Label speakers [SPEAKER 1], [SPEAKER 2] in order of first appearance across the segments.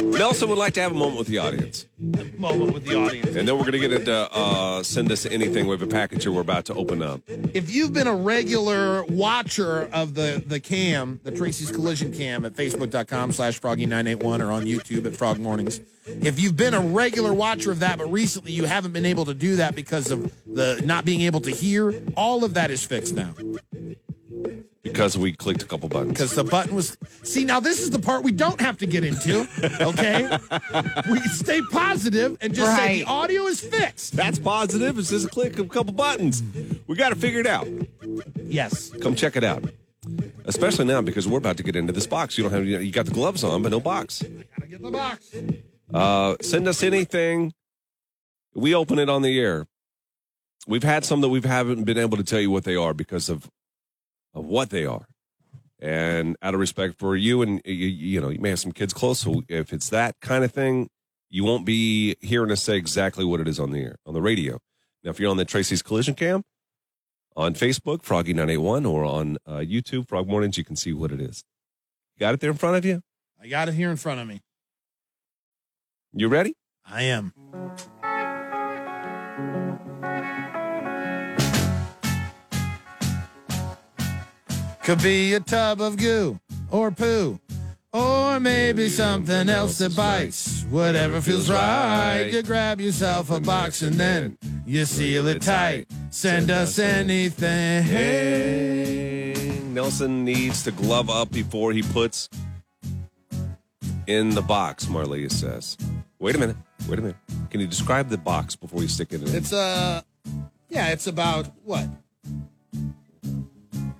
[SPEAKER 1] Nelson would like to have a moment with the audience.
[SPEAKER 2] moment with the audience.
[SPEAKER 1] And then we're going to get it to uh, send us anything. We have a package here we're about to open up.
[SPEAKER 2] If you've been a regular watcher of the, the cam, the Tracy's Collision Cam at facebook.com slash froggy981 or on YouTube at Frog Mornings, if you've been a regular watcher of that, but recently you haven't been able to do that because of the not being able to hear, all of that is fixed now.
[SPEAKER 1] Because we clicked a couple buttons.
[SPEAKER 2] because the button was. See, now this is the part we don't have to get into. Okay, we can stay positive and just say
[SPEAKER 3] Right.
[SPEAKER 2] the audio is fixed.
[SPEAKER 1] That's positive. It's just a click of a couple buttons. We got to figure it out.
[SPEAKER 2] Yes,
[SPEAKER 1] Come check it out. Especially now because we're about to get into this box. You don't have you got the gloves on, but no box.
[SPEAKER 2] gotta get the box.
[SPEAKER 1] Uh, send us anything. We open it on the air. We've had some that we haven't been able to tell you what they are because of of what they are, and out of respect for you, and you, you know you may have some kids close, so if it's that kind of thing, you won't be hearing us say exactly what it is on the air on the radio. Now, if you're on the Tracy's Collision Cam on Facebook, Froggy nine eight one, or on uh, YouTube, Frog Mornings, you can see what it is. Got it there in front of you.
[SPEAKER 2] I got it here in front of me.
[SPEAKER 1] You ready?
[SPEAKER 2] I am. Could be a tub of goo or poo. Or maybe something else that bites. Whatever feels right, you grab yourself a box and then you seal it tight. Send us anything.
[SPEAKER 1] Dang. Nelson needs to glove up before he puts in the box, Marley says. Wait a minute. Wait a minute. Can you describe the box before you stick it in?
[SPEAKER 2] It's uh yeah, it's about what?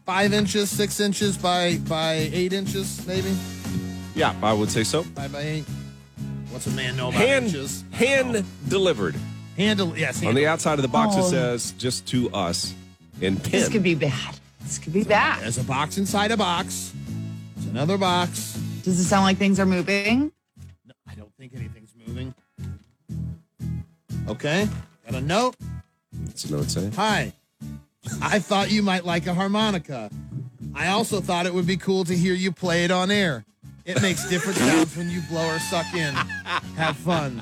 [SPEAKER 2] Five inches, six inches by by eight inches, maybe?
[SPEAKER 1] yeah, I would say so.
[SPEAKER 2] Five by eight. What's a man know about
[SPEAKER 1] Hand,
[SPEAKER 2] inches?
[SPEAKER 1] hand delivered.
[SPEAKER 2] Handle yes,
[SPEAKER 1] On
[SPEAKER 2] handle.
[SPEAKER 1] the outside of the box, it
[SPEAKER 3] Oh.
[SPEAKER 1] says just to us in
[SPEAKER 3] This could
[SPEAKER 1] pin.
[SPEAKER 3] be bad. This could be bad.
[SPEAKER 2] There's a box inside a box. There's another box.
[SPEAKER 3] Does it sound like things are moving?
[SPEAKER 2] No, I don't think anything's moving. Okay. Got a note.
[SPEAKER 1] That's what it would say.
[SPEAKER 2] Hi. I thought you might like a harmonica. I also thought it would be cool to hear you play it on air. It makes different sounds when you blow or suck in. Have fun.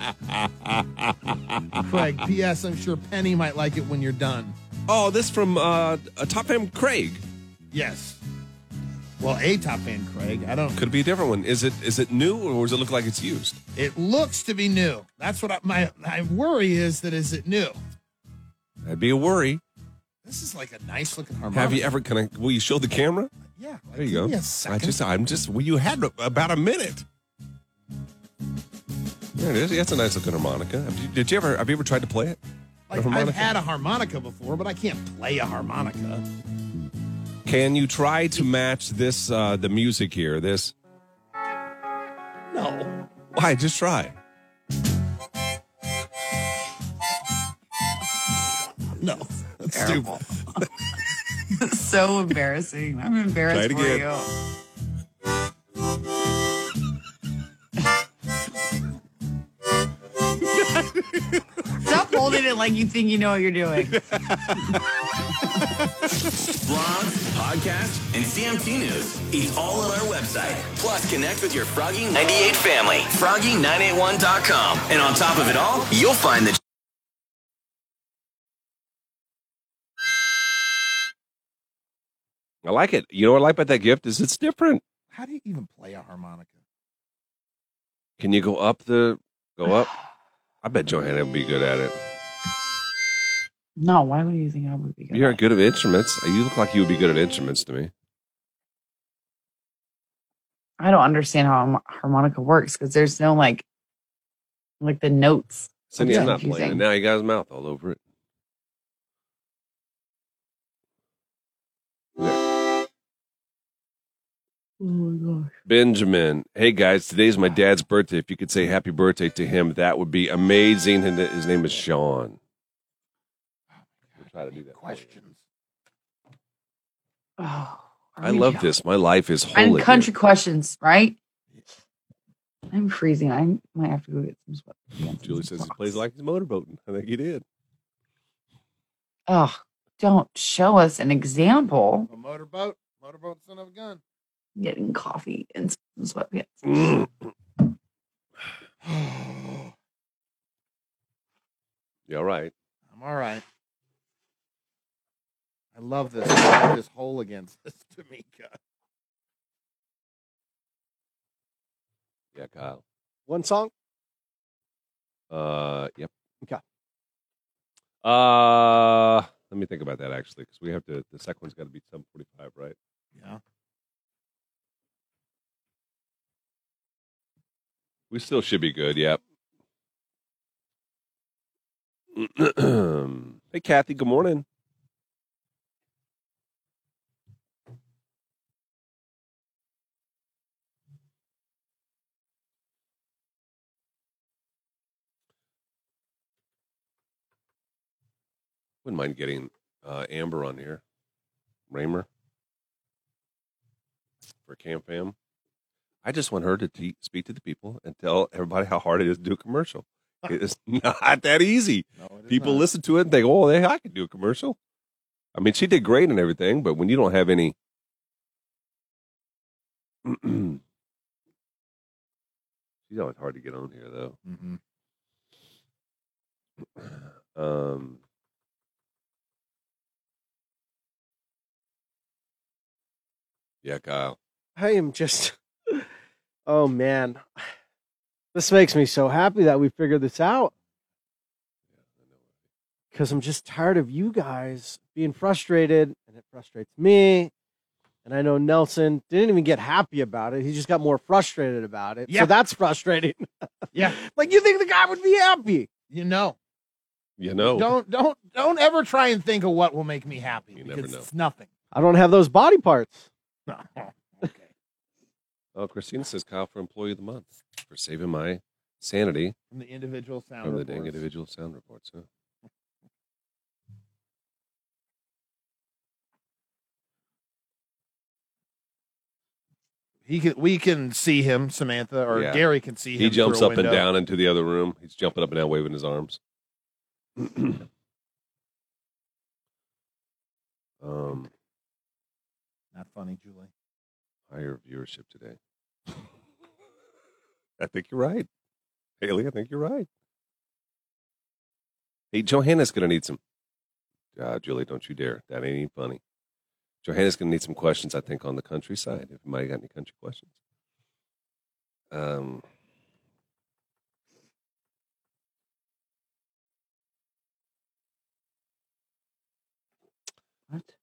[SPEAKER 2] Craig, P.S. I'm sure Penny might like it when you're done.
[SPEAKER 1] Oh, this from uh, a top fan Craig.
[SPEAKER 2] Yes. Well, a top fan, Craig. I don't.
[SPEAKER 1] Could be a different one. Is it is it new or does it look like it's used?
[SPEAKER 2] It looks to be new. That's what I, my my worry is. That is it new.
[SPEAKER 1] That'd be a worry.
[SPEAKER 2] This is like a nice looking harmonica.
[SPEAKER 1] Have you ever? Can I? Will you show the camera?
[SPEAKER 2] Yeah. like,
[SPEAKER 1] There you
[SPEAKER 2] give
[SPEAKER 1] go.
[SPEAKER 2] me a second.
[SPEAKER 1] I just, I'm just. Well, you had about a minute. There it is. That's a nice looking harmonica. Have you, did you ever? Have you ever tried to play it?
[SPEAKER 2] Like,
[SPEAKER 1] harmonica.
[SPEAKER 2] I've had a harmonica before, but I can't play a harmonica.
[SPEAKER 1] Can you try to match this? uh The music here. This.
[SPEAKER 2] No.
[SPEAKER 1] Why? Just try.
[SPEAKER 2] No. That's stupid.
[SPEAKER 3] so embarrassing. I'm embarrassed
[SPEAKER 1] Try
[SPEAKER 3] for
[SPEAKER 1] it again.
[SPEAKER 3] you. Stop holding it like you think you know what you're doing.
[SPEAKER 4] blogs, podcasts, and CMT news. It's all on our website. Plus, connect with your Froggy 98 family, froggy981.com. And on top of it all, you'll find the
[SPEAKER 1] I like it. You know what I like about that gift is it's different.
[SPEAKER 2] How do you even play a harmonica?
[SPEAKER 1] Can you go up the? Go up. I bet Johanna would be good at it.
[SPEAKER 3] No, why would you think I would be good?
[SPEAKER 1] You're good at instruments. You look like you would be good at instruments to me.
[SPEAKER 3] I don't understand how a harmonica works because there's no like, like the notes.
[SPEAKER 1] Cindy's
[SPEAKER 3] Yeah.
[SPEAKER 1] not playing it
[SPEAKER 3] Confusing.
[SPEAKER 1] now. You got his mouth all over it.
[SPEAKER 3] Oh my gosh.
[SPEAKER 1] Benjamin. Hey guys, today's my dad's birthday. If you could say happy birthday to him, that would be amazing. And his name is Sean. We'll try to do that.
[SPEAKER 2] Questions.
[SPEAKER 3] Oh, are
[SPEAKER 1] I
[SPEAKER 3] we
[SPEAKER 1] love
[SPEAKER 3] done?
[SPEAKER 1] this. My life is
[SPEAKER 3] And
[SPEAKER 1] holy.
[SPEAKER 3] country questions, right? I'm freezing. I might have to go get some sweat. pants and
[SPEAKER 1] Julie says
[SPEAKER 3] some
[SPEAKER 1] he
[SPEAKER 3] socks.
[SPEAKER 1] plays like he's motorboating. I think he did.
[SPEAKER 3] Oh, don't show us an example.
[SPEAKER 2] A motorboat. Motorboat son of a gun.
[SPEAKER 3] Getting coffee and some sweatpants.
[SPEAKER 1] Mm.
[SPEAKER 2] I'm
[SPEAKER 1] Yeah, right.
[SPEAKER 2] all right. I love this. I love this hole against this Tamika.
[SPEAKER 1] Yeah, Kyle.
[SPEAKER 5] One song.
[SPEAKER 1] Uh, yep.
[SPEAKER 5] Okay.
[SPEAKER 1] Uh, let me think about that actually, because we have to. The second one's got to be seven forty-five, right?
[SPEAKER 2] Yeah.
[SPEAKER 1] We still should be good. Yep. hey, Kathy. Good morning. Wouldn't mind getting uh, Amber on here, Raymer for Cam Fam. I just want her to te- speak to the people and tell everybody how hard it is to do a commercial. It is not that easy.
[SPEAKER 2] No, it is
[SPEAKER 1] People
[SPEAKER 2] not.
[SPEAKER 1] listen to it and think, "Oh, they, I could do a commercial." I mean, she did great and everything, but when you don't have any, she's always hard to get on here, though.
[SPEAKER 2] Mhm.
[SPEAKER 1] Um, yeah, Kyle.
[SPEAKER 5] I am just, oh man, this makes me so happy that we figured this out because I'm just tired of you guys being frustrated, and it frustrates me. And I know Nelson didn't even get happy about it; he just got more frustrated about it.
[SPEAKER 2] Yeah.
[SPEAKER 5] So that's frustrating.
[SPEAKER 2] Yeah.
[SPEAKER 5] like you think the guy would be happy?
[SPEAKER 2] You know,
[SPEAKER 1] You know,
[SPEAKER 2] don't don't don't ever try and think of what will make me happy.
[SPEAKER 1] You never
[SPEAKER 2] because
[SPEAKER 1] know.
[SPEAKER 2] It's nothing.
[SPEAKER 5] I don't have those body parts.
[SPEAKER 2] okay.
[SPEAKER 1] Oh, Christina says Kyle for Employee of the Month for saving my sanity
[SPEAKER 2] From the individual sound.
[SPEAKER 1] from the dang
[SPEAKER 2] reports.
[SPEAKER 1] individual sound reports. Huh?
[SPEAKER 2] He can, we can see him, Samantha, or
[SPEAKER 1] Yeah.
[SPEAKER 2] Gary can see him.
[SPEAKER 1] He jumps
[SPEAKER 2] through a
[SPEAKER 1] up and
[SPEAKER 2] window.
[SPEAKER 1] down into the other room. He's jumping up and down, waving his arms. um,
[SPEAKER 2] Not funny, Julie.
[SPEAKER 1] higher viewership today. I think you're right, Haley. I think you're right. Hey, Johanna's gonna need some. Uh, Julie, don't you dare. That ain't even funny. Johanna's gonna need some questions. I think on the countryside. If anybody got any country questions, um,
[SPEAKER 3] What?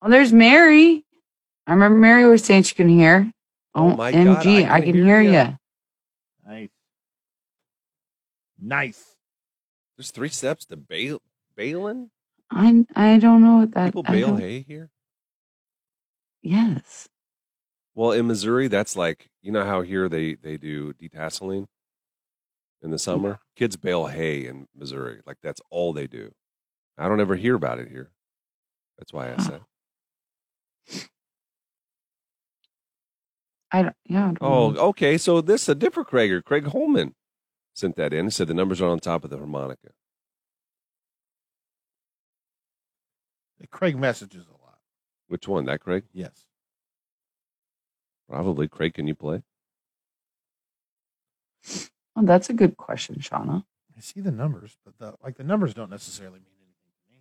[SPEAKER 3] Well, Oh, there's Mary. I remember Mary was saying she can hear.
[SPEAKER 1] Oh my God,
[SPEAKER 3] OMG,
[SPEAKER 1] I
[SPEAKER 3] I
[SPEAKER 1] can
[SPEAKER 3] can
[SPEAKER 1] hear
[SPEAKER 3] hear
[SPEAKER 1] ya.
[SPEAKER 3] you.
[SPEAKER 2] Nice. Nice.
[SPEAKER 1] there's three steps to bail bailing.
[SPEAKER 3] I I don't know what that.
[SPEAKER 1] People
[SPEAKER 3] Uh, I
[SPEAKER 1] bail
[SPEAKER 3] don't-
[SPEAKER 1] hay here.
[SPEAKER 3] Yes.
[SPEAKER 1] Well, in Missouri, that's like you know how here they they do detasseling in the summer. Kids bale hay in Missouri, like that's all they do. I don't ever hear about it here. That's why I asked that.
[SPEAKER 3] I don't. Yeah. I don't
[SPEAKER 1] Oh,
[SPEAKER 3] know.
[SPEAKER 1] okay. So this is a different Craiger. Craig Holman sent that in and said the numbers are on top of the harmonica.
[SPEAKER 2] Craig messages a lot.
[SPEAKER 1] Which one? That Craig?
[SPEAKER 2] Yes.
[SPEAKER 1] Probably Craig. Can you play?
[SPEAKER 3] Oh, that's a good question, Shauna.
[SPEAKER 2] I see the numbers, but the like the numbers don't necessarily mean anything to me.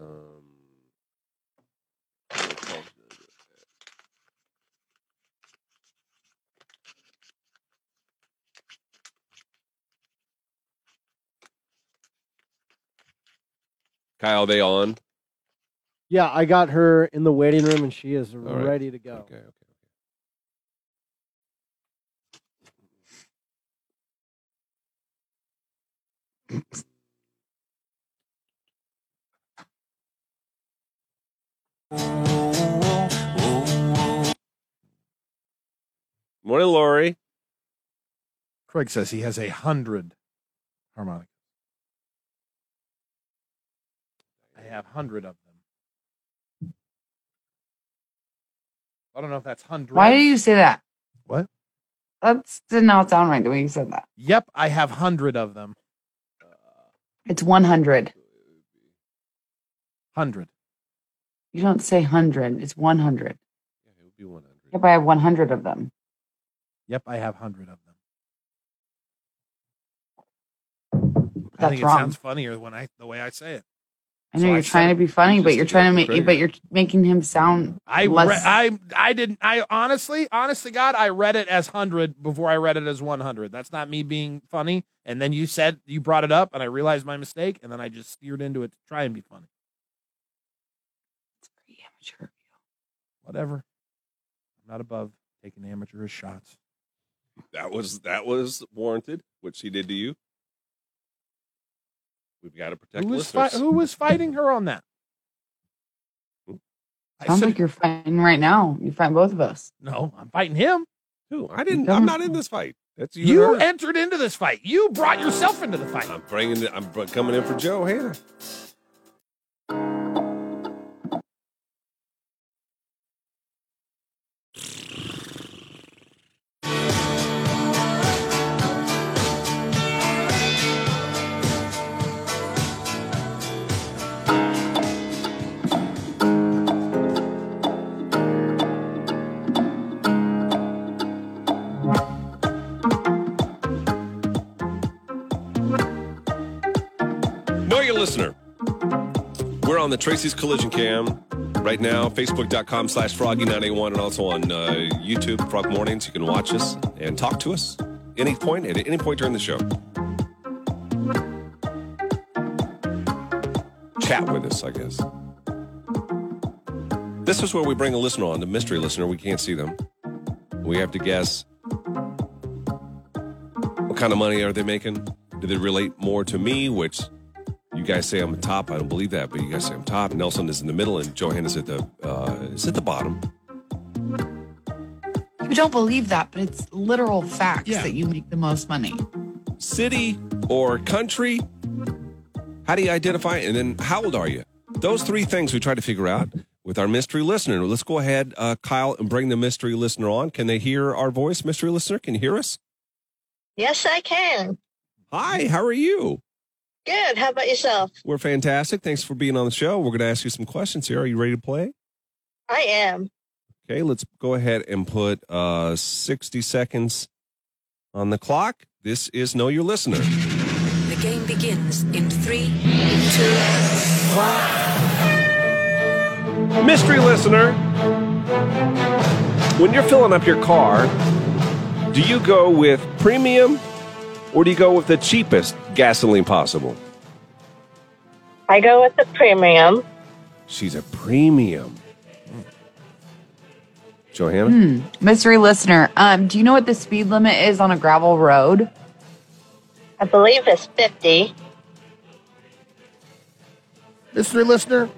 [SPEAKER 1] Um, Kyle, they on?
[SPEAKER 5] Yeah, I got her in the waiting room, and she is
[SPEAKER 1] right.
[SPEAKER 5] ready to go.
[SPEAKER 1] Okay, okay. Morning, Lori.
[SPEAKER 2] Craig says he has a hundred harmonicas. I have hundred of them. I don't know if that's hundred.
[SPEAKER 3] Why do you say that?
[SPEAKER 5] What?
[SPEAKER 3] That's did not sound right the way you said that.
[SPEAKER 5] Yep, I have hundred of them.
[SPEAKER 3] It's 100.
[SPEAKER 5] Hundred.
[SPEAKER 3] You don't say 100. It's 100.
[SPEAKER 1] Yeah, it would be 100.
[SPEAKER 3] Yep, I have 100 of them.
[SPEAKER 5] Yep, I have hundred of them.
[SPEAKER 2] I
[SPEAKER 3] That's
[SPEAKER 2] think
[SPEAKER 3] wrong.
[SPEAKER 2] it sounds funnier when I the way I say it.
[SPEAKER 3] I know
[SPEAKER 2] So I
[SPEAKER 3] you're trying
[SPEAKER 2] said
[SPEAKER 3] to be funny,
[SPEAKER 1] just
[SPEAKER 3] but
[SPEAKER 1] to
[SPEAKER 3] you're
[SPEAKER 1] get
[SPEAKER 3] trying to
[SPEAKER 1] the
[SPEAKER 3] make
[SPEAKER 1] trigger.
[SPEAKER 3] but you're making him sound
[SPEAKER 2] I re-
[SPEAKER 3] less.
[SPEAKER 2] I I didn't I honestly honest to God I read it as hundred before I read it as one hundred. That's not me being funny. And then you said you brought it up, and I realized my mistake, and then I just steered into it to try and be funny.
[SPEAKER 3] It's pretty amateur.
[SPEAKER 2] Whatever. I'm not above taking amateurish shots.
[SPEAKER 1] That was that was warranted, which he did to you. We've got to protect
[SPEAKER 2] Who was, fi-
[SPEAKER 1] listeners.
[SPEAKER 2] who was fighting her on that?
[SPEAKER 1] Hmm?
[SPEAKER 2] I
[SPEAKER 3] Sounds
[SPEAKER 2] said-
[SPEAKER 3] like you're fighting right now. You're fighting both of us.
[SPEAKER 2] no, I'm fighting him.
[SPEAKER 1] Who? I didn't. I'm not in this fight. That's you.
[SPEAKER 2] You
[SPEAKER 1] and her.
[SPEAKER 2] entered into this fight. You brought yourself into the fight.
[SPEAKER 1] I'm bringing. The, I'm br- coming in for Joe Hannah. Know your listener. We're on the Tracy's Collision Cam right now, facebook.com slash froggy981, and also on uh, YouTube, Frog Mornings. You can watch us and talk to us any point, at any point during the show. Chat with us, I guess. This is where we bring a listener on, the mystery listener. We can't see them. We have to guess what kind of money are they making? Do they relate more to me, which you guys say I'm top. I don't believe that, but you guys say I'm top. Nelson is in the middle, and Johanna's at the uh, is at the bottom.
[SPEAKER 3] You don't believe that, but it's literal facts
[SPEAKER 2] Yeah.
[SPEAKER 3] that you make the most money.
[SPEAKER 1] City or country? How do you identify? And then how old are you? Those three things we try to figure out with our mystery listener. Let's go ahead, uh, Kyle, and bring the mystery listener on. Can they hear our voice, mystery listener? Can you hear us?
[SPEAKER 6] Yes, I can.
[SPEAKER 1] Hi, how are you?
[SPEAKER 6] Good. How about yourself?
[SPEAKER 1] We're fantastic. Thanks for being on the show. We're going to ask you some questions here. Are you ready to play?
[SPEAKER 6] I am.
[SPEAKER 1] Okay, let's go ahead and put uh, 60 seconds on the clock. This is Know Your Listener.
[SPEAKER 7] The game begins in three, two, one.
[SPEAKER 1] Mystery Listener, when you're filling up your car, do you go with premium or do you go with the cheapest gasoline possible?
[SPEAKER 6] I go with the premium.
[SPEAKER 1] She's a premium. Johanna?
[SPEAKER 3] Mystery listener, um, do you know what the speed limit is on a gravel road?
[SPEAKER 6] I believe it's 50.
[SPEAKER 2] Mystery listener,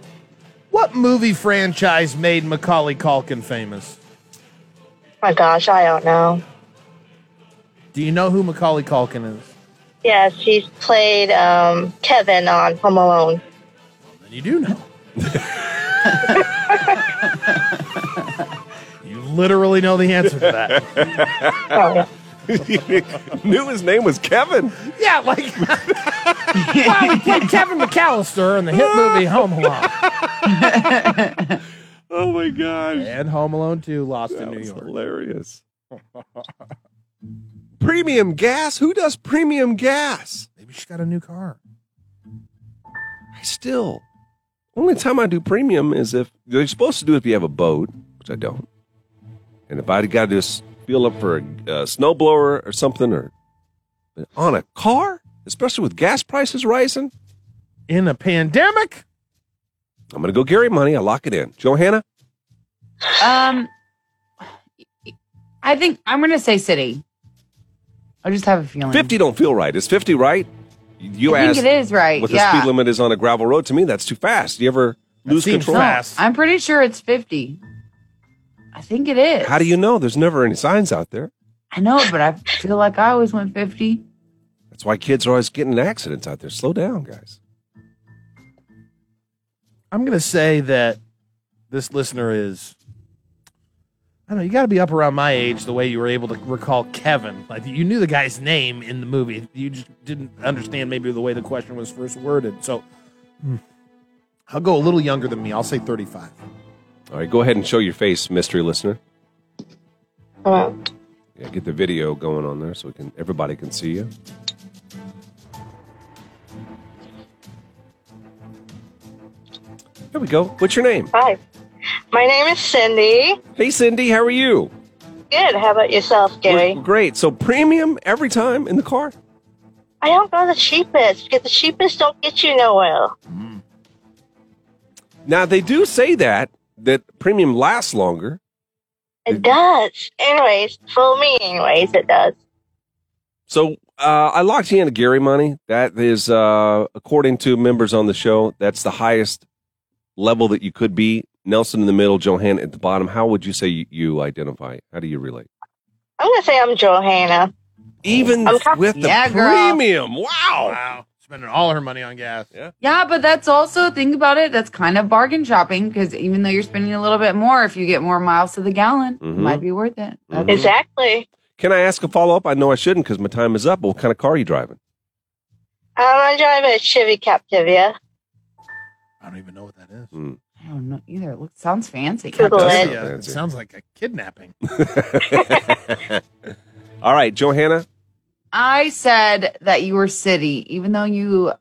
[SPEAKER 2] what movie franchise made Macaulay Culkin famous?
[SPEAKER 6] My gosh, I don't know.
[SPEAKER 2] Do you know who Macaulay Culkin is?
[SPEAKER 6] Yes, he's played um, Kevin on Home Alone.
[SPEAKER 2] Then you do know. you literally know the answer to that.
[SPEAKER 6] Oh, yeah.
[SPEAKER 1] Knew his name was Kevin.
[SPEAKER 2] yeah, like well, he played Kevin McAllister in the hit movie Home Alone
[SPEAKER 1] Oh my gosh.
[SPEAKER 2] and Home Alone Two: Lost in New
[SPEAKER 1] It's
[SPEAKER 2] York.
[SPEAKER 1] hilarious. premium gas? Who does premium gas?
[SPEAKER 2] Maybe she got a new car.
[SPEAKER 1] I still. Only time I do premium is if you're supposed to do it if you have a boat, which I don't. And if I got to just feel up for a, a snowblower or something, or but on a car, especially with gas prices rising,
[SPEAKER 2] In a pandemic,
[SPEAKER 1] I'm gonna go Gary money. I lock it in. Johanna,
[SPEAKER 3] Um, I think I'm gonna say city. I just have a feeling.
[SPEAKER 1] fifty don't feel right. Is fifty right? You
[SPEAKER 3] I
[SPEAKER 1] asked
[SPEAKER 3] think it is right.
[SPEAKER 1] what the
[SPEAKER 3] yeah.
[SPEAKER 1] speed limit is on a gravel road. To me, that's too fast. You ever lose
[SPEAKER 2] seems
[SPEAKER 1] control?
[SPEAKER 3] No,
[SPEAKER 2] fast.
[SPEAKER 3] I'm pretty sure it's 50. I think it is.
[SPEAKER 1] How do you know? There's never any signs out there.
[SPEAKER 3] I know, but I feel like I always went 50.
[SPEAKER 1] That's why kids are always getting in accidents out there. Slow down, guys.
[SPEAKER 2] I'm gonna say that this listener is I don't know. You got to be up around my age the way you were able to recall Kevin. Like you knew the guy's name in the movie. You just didn't understand maybe the way the question was first worded. So hmm. I'll go a little younger than me. I'll say 35.
[SPEAKER 1] All right, go ahead and show your face, mystery listener.
[SPEAKER 6] Hello.
[SPEAKER 1] Yeah, get the video going on there so we can everybody can see you. There we go. What's your name?
[SPEAKER 6] Hi. My name is Cindy.
[SPEAKER 1] Hey, Cindy. How are you?
[SPEAKER 6] Good. How about yourself, Gary?
[SPEAKER 1] We're- great. So premium every time in the car.
[SPEAKER 6] I don't go the cheapest because the cheapest don't get you nowhere.
[SPEAKER 1] Now they do say that that premium lasts longer.
[SPEAKER 6] It does. Anyways, for me, anyways, it does.
[SPEAKER 1] So uh, I locked you into Gary money. That is, uh, according to members on the show, that's the highest level that you could be. Nelson in the middle, Johanna at the bottom. How would you say you, you identify? How do you relate?
[SPEAKER 6] I'm gonna say I'm Johanna.
[SPEAKER 1] Even
[SPEAKER 6] I'm com-
[SPEAKER 1] with the
[SPEAKER 3] Oh. Yeah, girl.
[SPEAKER 1] premium, wow.
[SPEAKER 2] Wow. Spending all her money on gas.
[SPEAKER 3] Yeah, but that's also think about it. That's kind of bargain shopping because even though you're spending a little bit more, if you get more miles to the gallon,
[SPEAKER 1] Mhm.
[SPEAKER 3] it might be worth it.
[SPEAKER 1] Mhm.
[SPEAKER 6] Exactly.
[SPEAKER 1] Can I ask a follow up? I know I shouldn't because my time is up. But what kind of car are you driving?
[SPEAKER 6] Um, I drive a Chevy Captivia.
[SPEAKER 2] I don't even know what that is.
[SPEAKER 3] I don't know either. It looks sounds fancy.
[SPEAKER 6] Google
[SPEAKER 1] does
[SPEAKER 6] it.
[SPEAKER 1] sound
[SPEAKER 2] Yeah, it
[SPEAKER 1] fancy.
[SPEAKER 2] sounds like a kidnapping. Uh,
[SPEAKER 1] All right, Johanna.
[SPEAKER 3] I said that you were city, even though you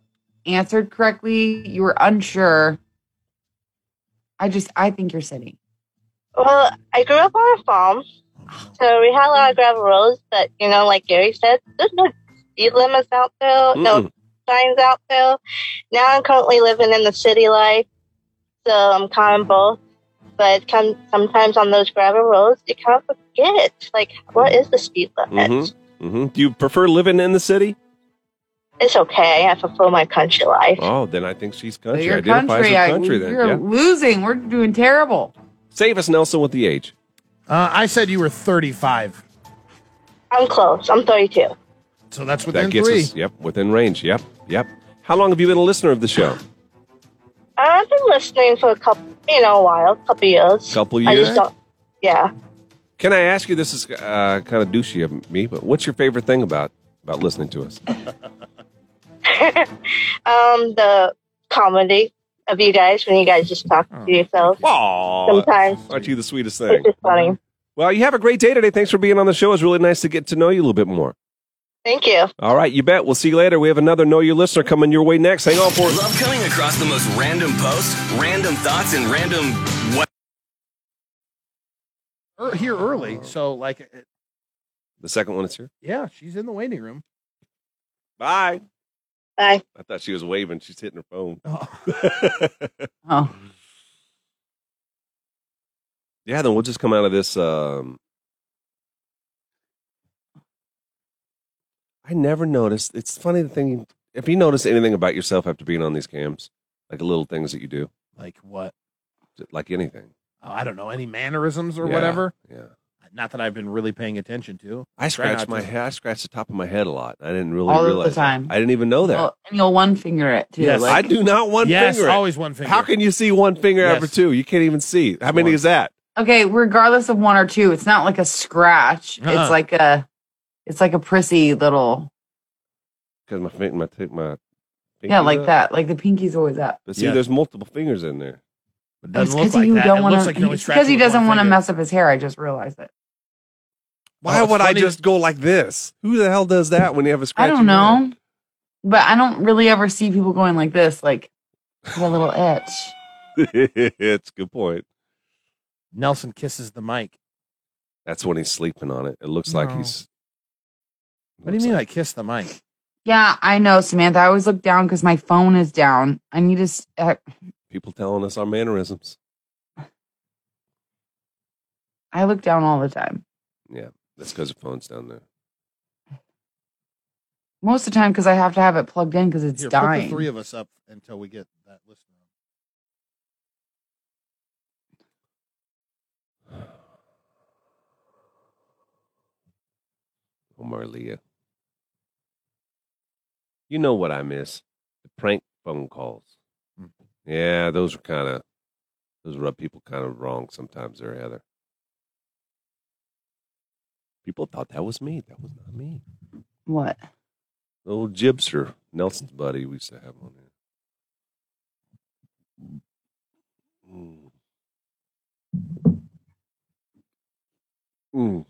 [SPEAKER 3] answered correctly, you were unsure. I just I think you're city.
[SPEAKER 6] Well, I grew up on a farm, so we had a lot of gravel roads. But you know, like Gary said, there's no speed limits out there, no
[SPEAKER 1] Mm-mm.
[SPEAKER 6] signs out there. Now I'm currently living in the city life, so I'm kind of both. But come, sometimes on those gravel roads, you kind of forget, like, what is the speed limit?
[SPEAKER 1] Mhm. hmm Do you prefer living in the city?
[SPEAKER 6] It's okay. I fulfill my country life.
[SPEAKER 1] Oh, then I think she's
[SPEAKER 3] But
[SPEAKER 1] country.
[SPEAKER 3] your
[SPEAKER 1] Identifies
[SPEAKER 3] country,
[SPEAKER 1] with
[SPEAKER 3] I,
[SPEAKER 1] country. then
[SPEAKER 3] you're
[SPEAKER 1] yeah.
[SPEAKER 3] losing. We're doing terrible.
[SPEAKER 1] Save us, Nelson, with the age.
[SPEAKER 2] Uh, I said you were 35.
[SPEAKER 6] I'm close. I'm 32.
[SPEAKER 2] So that's
[SPEAKER 1] that
[SPEAKER 2] within
[SPEAKER 1] gets
[SPEAKER 2] three.
[SPEAKER 1] us. Yep, within range. Yep, yep. How long have you been a listener of the show?
[SPEAKER 6] I've been listening for a couple, you know, a while, couple years.
[SPEAKER 1] Couple
[SPEAKER 6] I
[SPEAKER 1] years?
[SPEAKER 6] just don't. Yeah.
[SPEAKER 1] Can I ask you? This is uh, kind of douchey of me, but what's your favorite thing about about listening to us?
[SPEAKER 6] Um, the comedy of you guys when you guys just talk to yourselves.
[SPEAKER 1] Aww,
[SPEAKER 6] Sometimes
[SPEAKER 1] aren't you the sweetest thing?
[SPEAKER 6] it's just funny.
[SPEAKER 1] Well, you have a great day today. Thanks for being on the show. It's really nice to get to know you a little bit more.
[SPEAKER 6] Thank you.
[SPEAKER 1] All right, you bet. We'll see you later. We have another Know Your Listener coming your way next. Hang on for it.
[SPEAKER 4] Love coming across the most random posts, random thoughts, and random what?
[SPEAKER 2] Er- here early. So, like, uh,
[SPEAKER 1] The second one is here.
[SPEAKER 2] yeah, she's in the waiting room.
[SPEAKER 1] Bye.
[SPEAKER 6] Bye.
[SPEAKER 1] I thought she was waving. She's hitting her phone.
[SPEAKER 3] Oh,
[SPEAKER 1] yeah, then we'll just come out of this. Um, I never noticed. It's funny the thing. If you notice anything about yourself after being on these cams, like the little things that you do,
[SPEAKER 2] Like, what?
[SPEAKER 1] like anything.
[SPEAKER 2] Oh, I don't know. Any mannerisms or
[SPEAKER 1] Yeah,
[SPEAKER 2] whatever?
[SPEAKER 1] Yeah.
[SPEAKER 2] Not that I've been really paying attention to.
[SPEAKER 1] I scratched
[SPEAKER 2] not
[SPEAKER 1] my
[SPEAKER 2] to.
[SPEAKER 1] head. I scratched the top of my head a lot. I didn't really
[SPEAKER 3] All of the
[SPEAKER 1] realize. that.
[SPEAKER 3] time.
[SPEAKER 1] I didn't even know that.
[SPEAKER 3] well, and you'll one finger it too.
[SPEAKER 2] Yes,
[SPEAKER 1] I
[SPEAKER 3] like-
[SPEAKER 1] do not one
[SPEAKER 2] yes,
[SPEAKER 1] finger. it.
[SPEAKER 2] always one finger.
[SPEAKER 1] How can you see one finger
[SPEAKER 2] Yes.
[SPEAKER 1] after two? You can't even see. How many
[SPEAKER 2] One.
[SPEAKER 1] is that?
[SPEAKER 3] okay, regardless of one or two, it's not like a scratch.
[SPEAKER 2] Uh-uh.
[SPEAKER 3] It's like a, it's like a prissy little
[SPEAKER 1] Because my finger, my take my.
[SPEAKER 3] yeah,
[SPEAKER 1] pinky's
[SPEAKER 3] like
[SPEAKER 1] up.
[SPEAKER 3] that. Like the pinky's always up.
[SPEAKER 1] But see,
[SPEAKER 2] Yes.
[SPEAKER 1] there's multiple fingers in there.
[SPEAKER 2] It
[SPEAKER 3] It's
[SPEAKER 2] doesn't look
[SPEAKER 3] because
[SPEAKER 2] like
[SPEAKER 3] you
[SPEAKER 2] that.
[SPEAKER 3] don't
[SPEAKER 2] It
[SPEAKER 3] want
[SPEAKER 2] looks like you
[SPEAKER 3] to.
[SPEAKER 2] only
[SPEAKER 3] It's
[SPEAKER 2] scratch
[SPEAKER 3] because
[SPEAKER 2] it
[SPEAKER 3] he
[SPEAKER 2] with one
[SPEAKER 3] doesn't want to
[SPEAKER 2] finger.
[SPEAKER 3] mess up his hair. I just realized it.
[SPEAKER 1] Why
[SPEAKER 2] Oh, it's
[SPEAKER 1] would I
[SPEAKER 2] funny.
[SPEAKER 1] just go like this? Who the hell does that when you have a scratch?
[SPEAKER 3] I don't know, but I don't really ever see people going like this, like with a little itch.
[SPEAKER 1] it's a good point.
[SPEAKER 2] Nelson kisses the mic.
[SPEAKER 1] That's when he's sleeping on it. It looks like
[SPEAKER 3] No.
[SPEAKER 1] he's.
[SPEAKER 2] What do you mean I kiss the mic?
[SPEAKER 3] Yeah, I know, Samantha. I always look down because my phone is down. I need to. s- I,
[SPEAKER 1] People telling us our mannerisms.
[SPEAKER 3] I look down all the time,
[SPEAKER 1] That's because the phone's down there.
[SPEAKER 3] most of the time, because I have to have it plugged in because it's
[SPEAKER 2] Here, put the
[SPEAKER 3] dying.
[SPEAKER 2] three of us up until we get that listener.
[SPEAKER 1] Omar Leah. You know what I miss? The prank phone calls.
[SPEAKER 2] Mm.
[SPEAKER 1] Yeah, those are kind of those rub people kind of wrong sometimes or other. People thought that was me. That was not me.
[SPEAKER 3] What?
[SPEAKER 1] Little Jibster, Nelson's buddy, we used to have on there. Mm. Mm.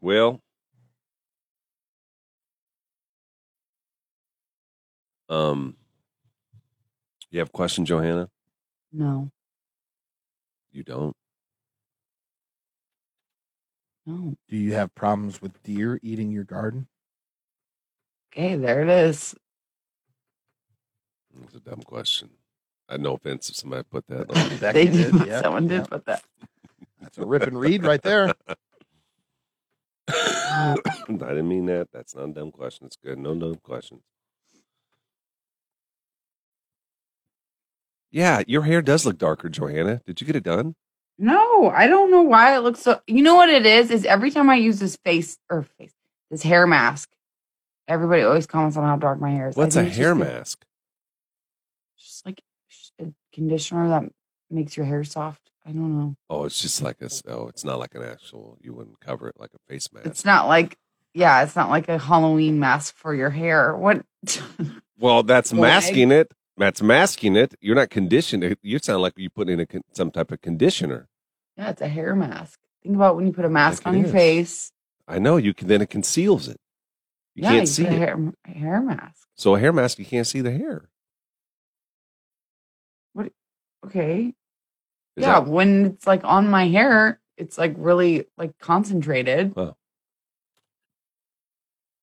[SPEAKER 1] Well, um, you have a question, Johanna?
[SPEAKER 3] No.
[SPEAKER 1] You don't.
[SPEAKER 3] No.
[SPEAKER 2] Do you have problems with deer eating your garden?
[SPEAKER 3] Okay, there it is.
[SPEAKER 1] It's a dumb question. I had no offense if somebody put that on.
[SPEAKER 2] That
[SPEAKER 3] They
[SPEAKER 2] kid
[SPEAKER 3] did.
[SPEAKER 2] yeah,
[SPEAKER 3] someone
[SPEAKER 2] yeah.
[SPEAKER 3] did put that.
[SPEAKER 2] That's a rip and read right there.
[SPEAKER 1] I didn't mean that. That's not a dumb question. It's good. No dumb questions. Yeah, your hair does look darker, Johanna. Did you get it done?
[SPEAKER 3] No, I don't know why it looks so. You know what it is? Is every time I use this face or face this hair mask, everybody always comments on how dark my hair is. I
[SPEAKER 1] What's a
[SPEAKER 3] think it's
[SPEAKER 1] hair
[SPEAKER 3] just a-
[SPEAKER 1] mask?
[SPEAKER 3] Just like a conditioner that makes your hair soft. I don't know.
[SPEAKER 1] Oh, it's just like a. s- Oh, it's not like an actual. You wouldn't cover it like a face mask.
[SPEAKER 3] It's not like yeah, it's not like a Halloween mask for your hair. What?
[SPEAKER 1] well, that's
[SPEAKER 3] Well, I-
[SPEAKER 1] masking it. That's masking it. You're not conditioning. it. You sound like you put in a con- some type of conditioner.
[SPEAKER 3] yeah, it's a hair mask. Think about when you put a mask
[SPEAKER 1] Like it
[SPEAKER 3] on your
[SPEAKER 1] is.
[SPEAKER 3] face.
[SPEAKER 1] I know you can. Then it conceals it. You
[SPEAKER 3] yeah,
[SPEAKER 1] can't
[SPEAKER 3] you
[SPEAKER 1] see
[SPEAKER 3] put a
[SPEAKER 1] it.
[SPEAKER 3] hair, a hair mask.
[SPEAKER 1] So a hair mask, you can't see the hair.
[SPEAKER 3] Okay.
[SPEAKER 1] Is
[SPEAKER 3] yeah,
[SPEAKER 1] that-
[SPEAKER 3] when it's like on my hair, it's like really like concentrated.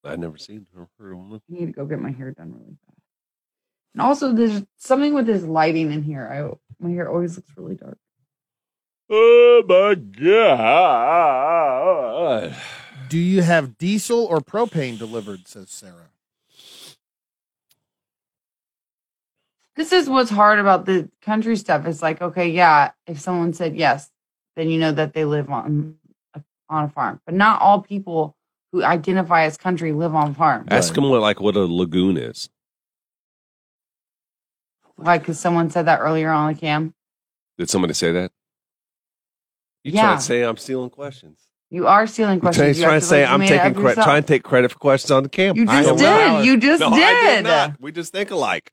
[SPEAKER 1] I never seen her. her one.
[SPEAKER 3] I need to go get my hair done really fast. And also, there's something with this lighting in here. I my hair always looks really dark.
[SPEAKER 1] Oh my god!
[SPEAKER 2] Do you have diesel or propane delivered? Says Sarah.
[SPEAKER 3] This is what's hard about the country stuff. It's like, okay, yeah, if someone said yes, then you know that they live on on a farm. But not all people who identify as country live on farm.
[SPEAKER 1] Ask
[SPEAKER 2] Right.
[SPEAKER 1] him what like what a lagoon is.
[SPEAKER 3] Like, because someone said that earlier on the cam.
[SPEAKER 1] Did somebody say that? You
[SPEAKER 3] Yeah.
[SPEAKER 1] trying to say I'm stealing questions?
[SPEAKER 3] You are stealing
[SPEAKER 1] You
[SPEAKER 3] questions.
[SPEAKER 1] trying to say I'm taking cre-
[SPEAKER 3] credit.
[SPEAKER 1] trying to take credit for questions on the camp?
[SPEAKER 3] You
[SPEAKER 2] I
[SPEAKER 3] just
[SPEAKER 2] don't know.
[SPEAKER 3] did. You just
[SPEAKER 1] no,
[SPEAKER 3] did.
[SPEAKER 1] I did not. We just think alike.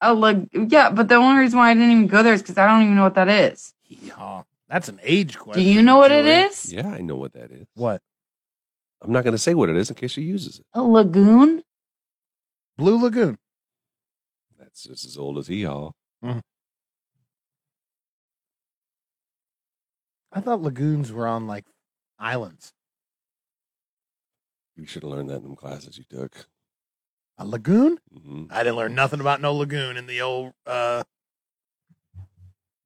[SPEAKER 3] A lag- yeah, but the only reason why I didn't even go there is because I don't even know what that is.
[SPEAKER 2] Yeehaw. That's an age
[SPEAKER 3] Do
[SPEAKER 2] question.
[SPEAKER 3] you know what it
[SPEAKER 2] Julie.
[SPEAKER 3] is?
[SPEAKER 1] Yeah, I know what that is.
[SPEAKER 2] What?
[SPEAKER 1] I'm not going to say what it is in case she uses it.
[SPEAKER 3] A lagoon?
[SPEAKER 2] Blue Lagoon.
[SPEAKER 1] That's just as old as he all.
[SPEAKER 2] I thought lagoons were on like islands.
[SPEAKER 1] You should have learned that in them classes you took.
[SPEAKER 2] A lagoon?
[SPEAKER 1] hmm
[SPEAKER 2] I didn't learn nothing about no lagoon in the old uh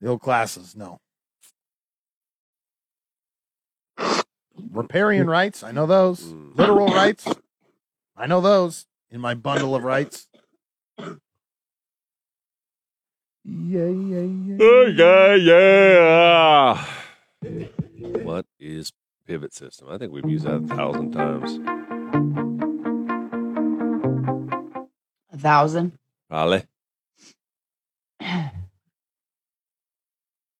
[SPEAKER 2] the old classes, no. Riparian rights, I know those.
[SPEAKER 1] Mm.
[SPEAKER 2] Literal rights, I know those in my bundle of rights. Yeah, yeah, yeah.
[SPEAKER 1] yeah, yeah. What is pivot system? I think we've used that a thousand times.
[SPEAKER 3] A thousand.
[SPEAKER 1] Probably.
[SPEAKER 3] I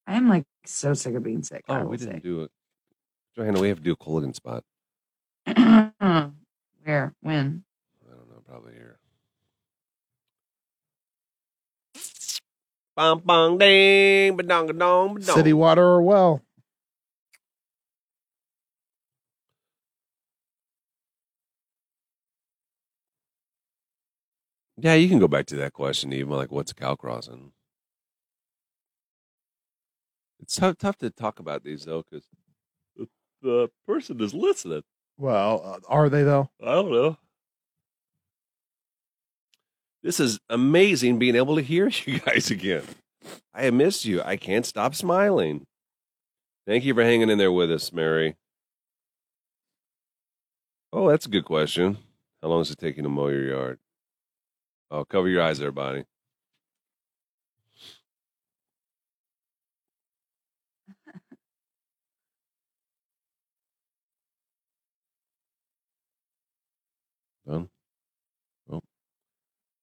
[SPEAKER 3] am like so sick of being sick. I
[SPEAKER 1] Oh,
[SPEAKER 3] will
[SPEAKER 1] we didn't do it. Johanna, we have to do a Culligan spot.
[SPEAKER 3] say. Where? When?
[SPEAKER 1] I don't know, probably here. Bong bong ding, ba dong dong
[SPEAKER 2] City water or well?
[SPEAKER 1] Yeah, you can go back to that question, even like what's a cow crossing. It's tough, tough to talk about these though, because the, the person is listening.
[SPEAKER 2] Well, uh, are they though?
[SPEAKER 1] I don't know. This is amazing being able to hear you guys again. I have missed you. I can't stop smiling. Thank you for hanging in there with us, Mary. Oh, that's a good question. How long does it take you to mow your yard? Oh, cover your eyes, everybody.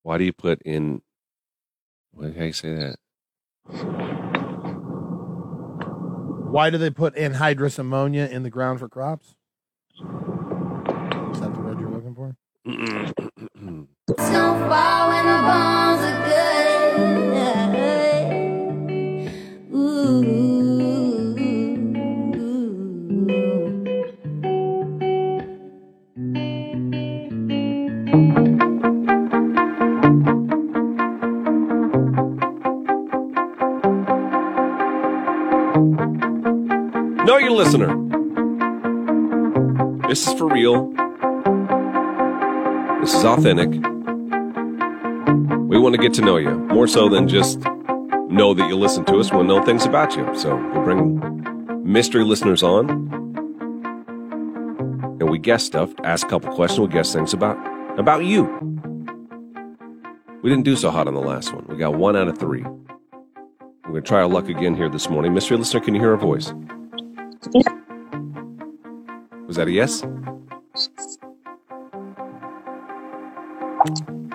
[SPEAKER 1] Why do you put in Why how you say that?
[SPEAKER 2] Why do they put anhydrous ammonia in the ground for crops? Is that the word you're looking for?
[SPEAKER 8] It's gonna fall when the bones are good. Ooh.
[SPEAKER 1] Know your listener. This is for real. This is authentic. We want to get to know you more so than just know that you listen to us. We'll know things about you. So we bring mystery listeners on and we guess stuff, ask a couple questions, we guess things about about you. We didn't do so hot on the last one. We got one out of three. We're gonna try our luck again here this morning. Mystery listener, can you hear our voice? Was that a yes?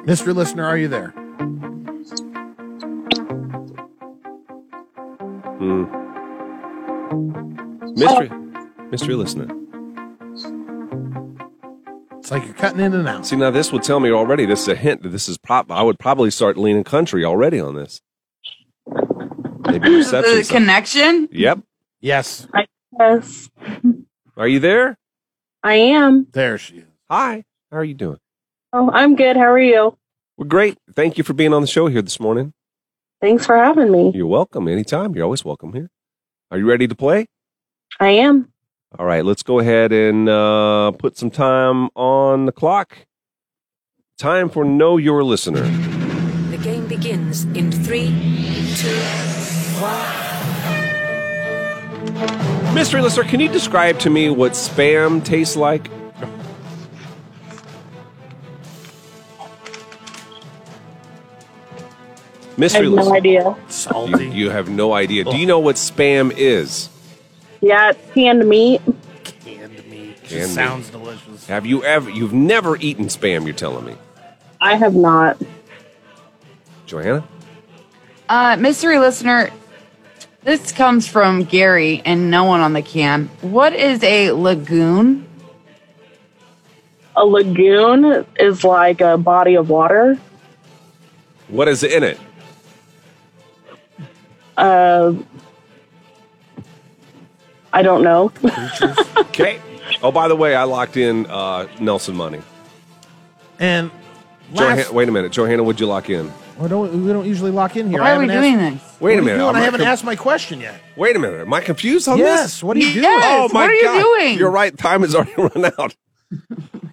[SPEAKER 2] Mr. Listener, are you there?
[SPEAKER 1] Hmm. Mystery, mystery listener.
[SPEAKER 2] It's like you're cutting in and out.
[SPEAKER 1] See, now this would tell me already. This is a hint that this is prop. I would probably start leaning country already on this. Maybe reception.
[SPEAKER 3] The
[SPEAKER 1] something.
[SPEAKER 3] connection?
[SPEAKER 1] Yep.
[SPEAKER 2] Yes,
[SPEAKER 6] Yes,
[SPEAKER 1] Are you there?
[SPEAKER 6] I am.
[SPEAKER 2] there she is.
[SPEAKER 1] Hi. How are you doing?
[SPEAKER 6] Oh, I'm good. How are you?
[SPEAKER 1] We're great. Thank you for being on the show here this morning.
[SPEAKER 6] Thanks for having me.
[SPEAKER 1] You're welcome anytime. You're always welcome here. Are you ready to play?
[SPEAKER 6] I am.
[SPEAKER 1] All right, let's go ahead and uh, put some time on the clock. Time for Know Your Listener.
[SPEAKER 7] The game begins in three, two, one.
[SPEAKER 1] Mystery listener, can you describe to me what spam tastes like?
[SPEAKER 6] I
[SPEAKER 1] Mystery
[SPEAKER 6] have no
[SPEAKER 1] listener,
[SPEAKER 6] idea.
[SPEAKER 1] you,
[SPEAKER 2] Salty.
[SPEAKER 1] you have no idea. Do you know what spam is?
[SPEAKER 6] Yeah, it's canned meat.
[SPEAKER 2] Canned meat. Just
[SPEAKER 1] Canned meat.
[SPEAKER 2] sounds delicious.
[SPEAKER 1] Have you ever? You've never eaten spam. You're telling me,
[SPEAKER 6] I have not.
[SPEAKER 1] Johanna?
[SPEAKER 3] Uh, mystery listener, this comes from Gary and no one on the cam. What is a lagoon?
[SPEAKER 6] A lagoon is like a body of water.
[SPEAKER 1] What is in it?
[SPEAKER 6] Uh, I don't know.
[SPEAKER 1] Okay. Oh, by the way, I locked in uh, Nelson money.
[SPEAKER 2] And last,
[SPEAKER 1] Johanna, wait a minute, Johanna. Would you lock in?
[SPEAKER 2] we, don't, we don't usually lock in here.
[SPEAKER 3] Why
[SPEAKER 2] I
[SPEAKER 3] are we
[SPEAKER 2] haven't
[SPEAKER 3] doing
[SPEAKER 2] asked-
[SPEAKER 1] Wait
[SPEAKER 3] this?
[SPEAKER 2] What
[SPEAKER 1] a
[SPEAKER 2] are you
[SPEAKER 1] minute.
[SPEAKER 2] doing?
[SPEAKER 1] I'm
[SPEAKER 2] I
[SPEAKER 1] not
[SPEAKER 2] haven't
[SPEAKER 1] com-
[SPEAKER 2] asked my question yet.
[SPEAKER 1] Wait a minute. Am I confused on
[SPEAKER 2] Yes.
[SPEAKER 1] this?
[SPEAKER 2] What are you doing?
[SPEAKER 3] Yes.
[SPEAKER 1] Oh my
[SPEAKER 3] what are you
[SPEAKER 1] God.
[SPEAKER 3] doing?
[SPEAKER 1] You're right. Time has already run out.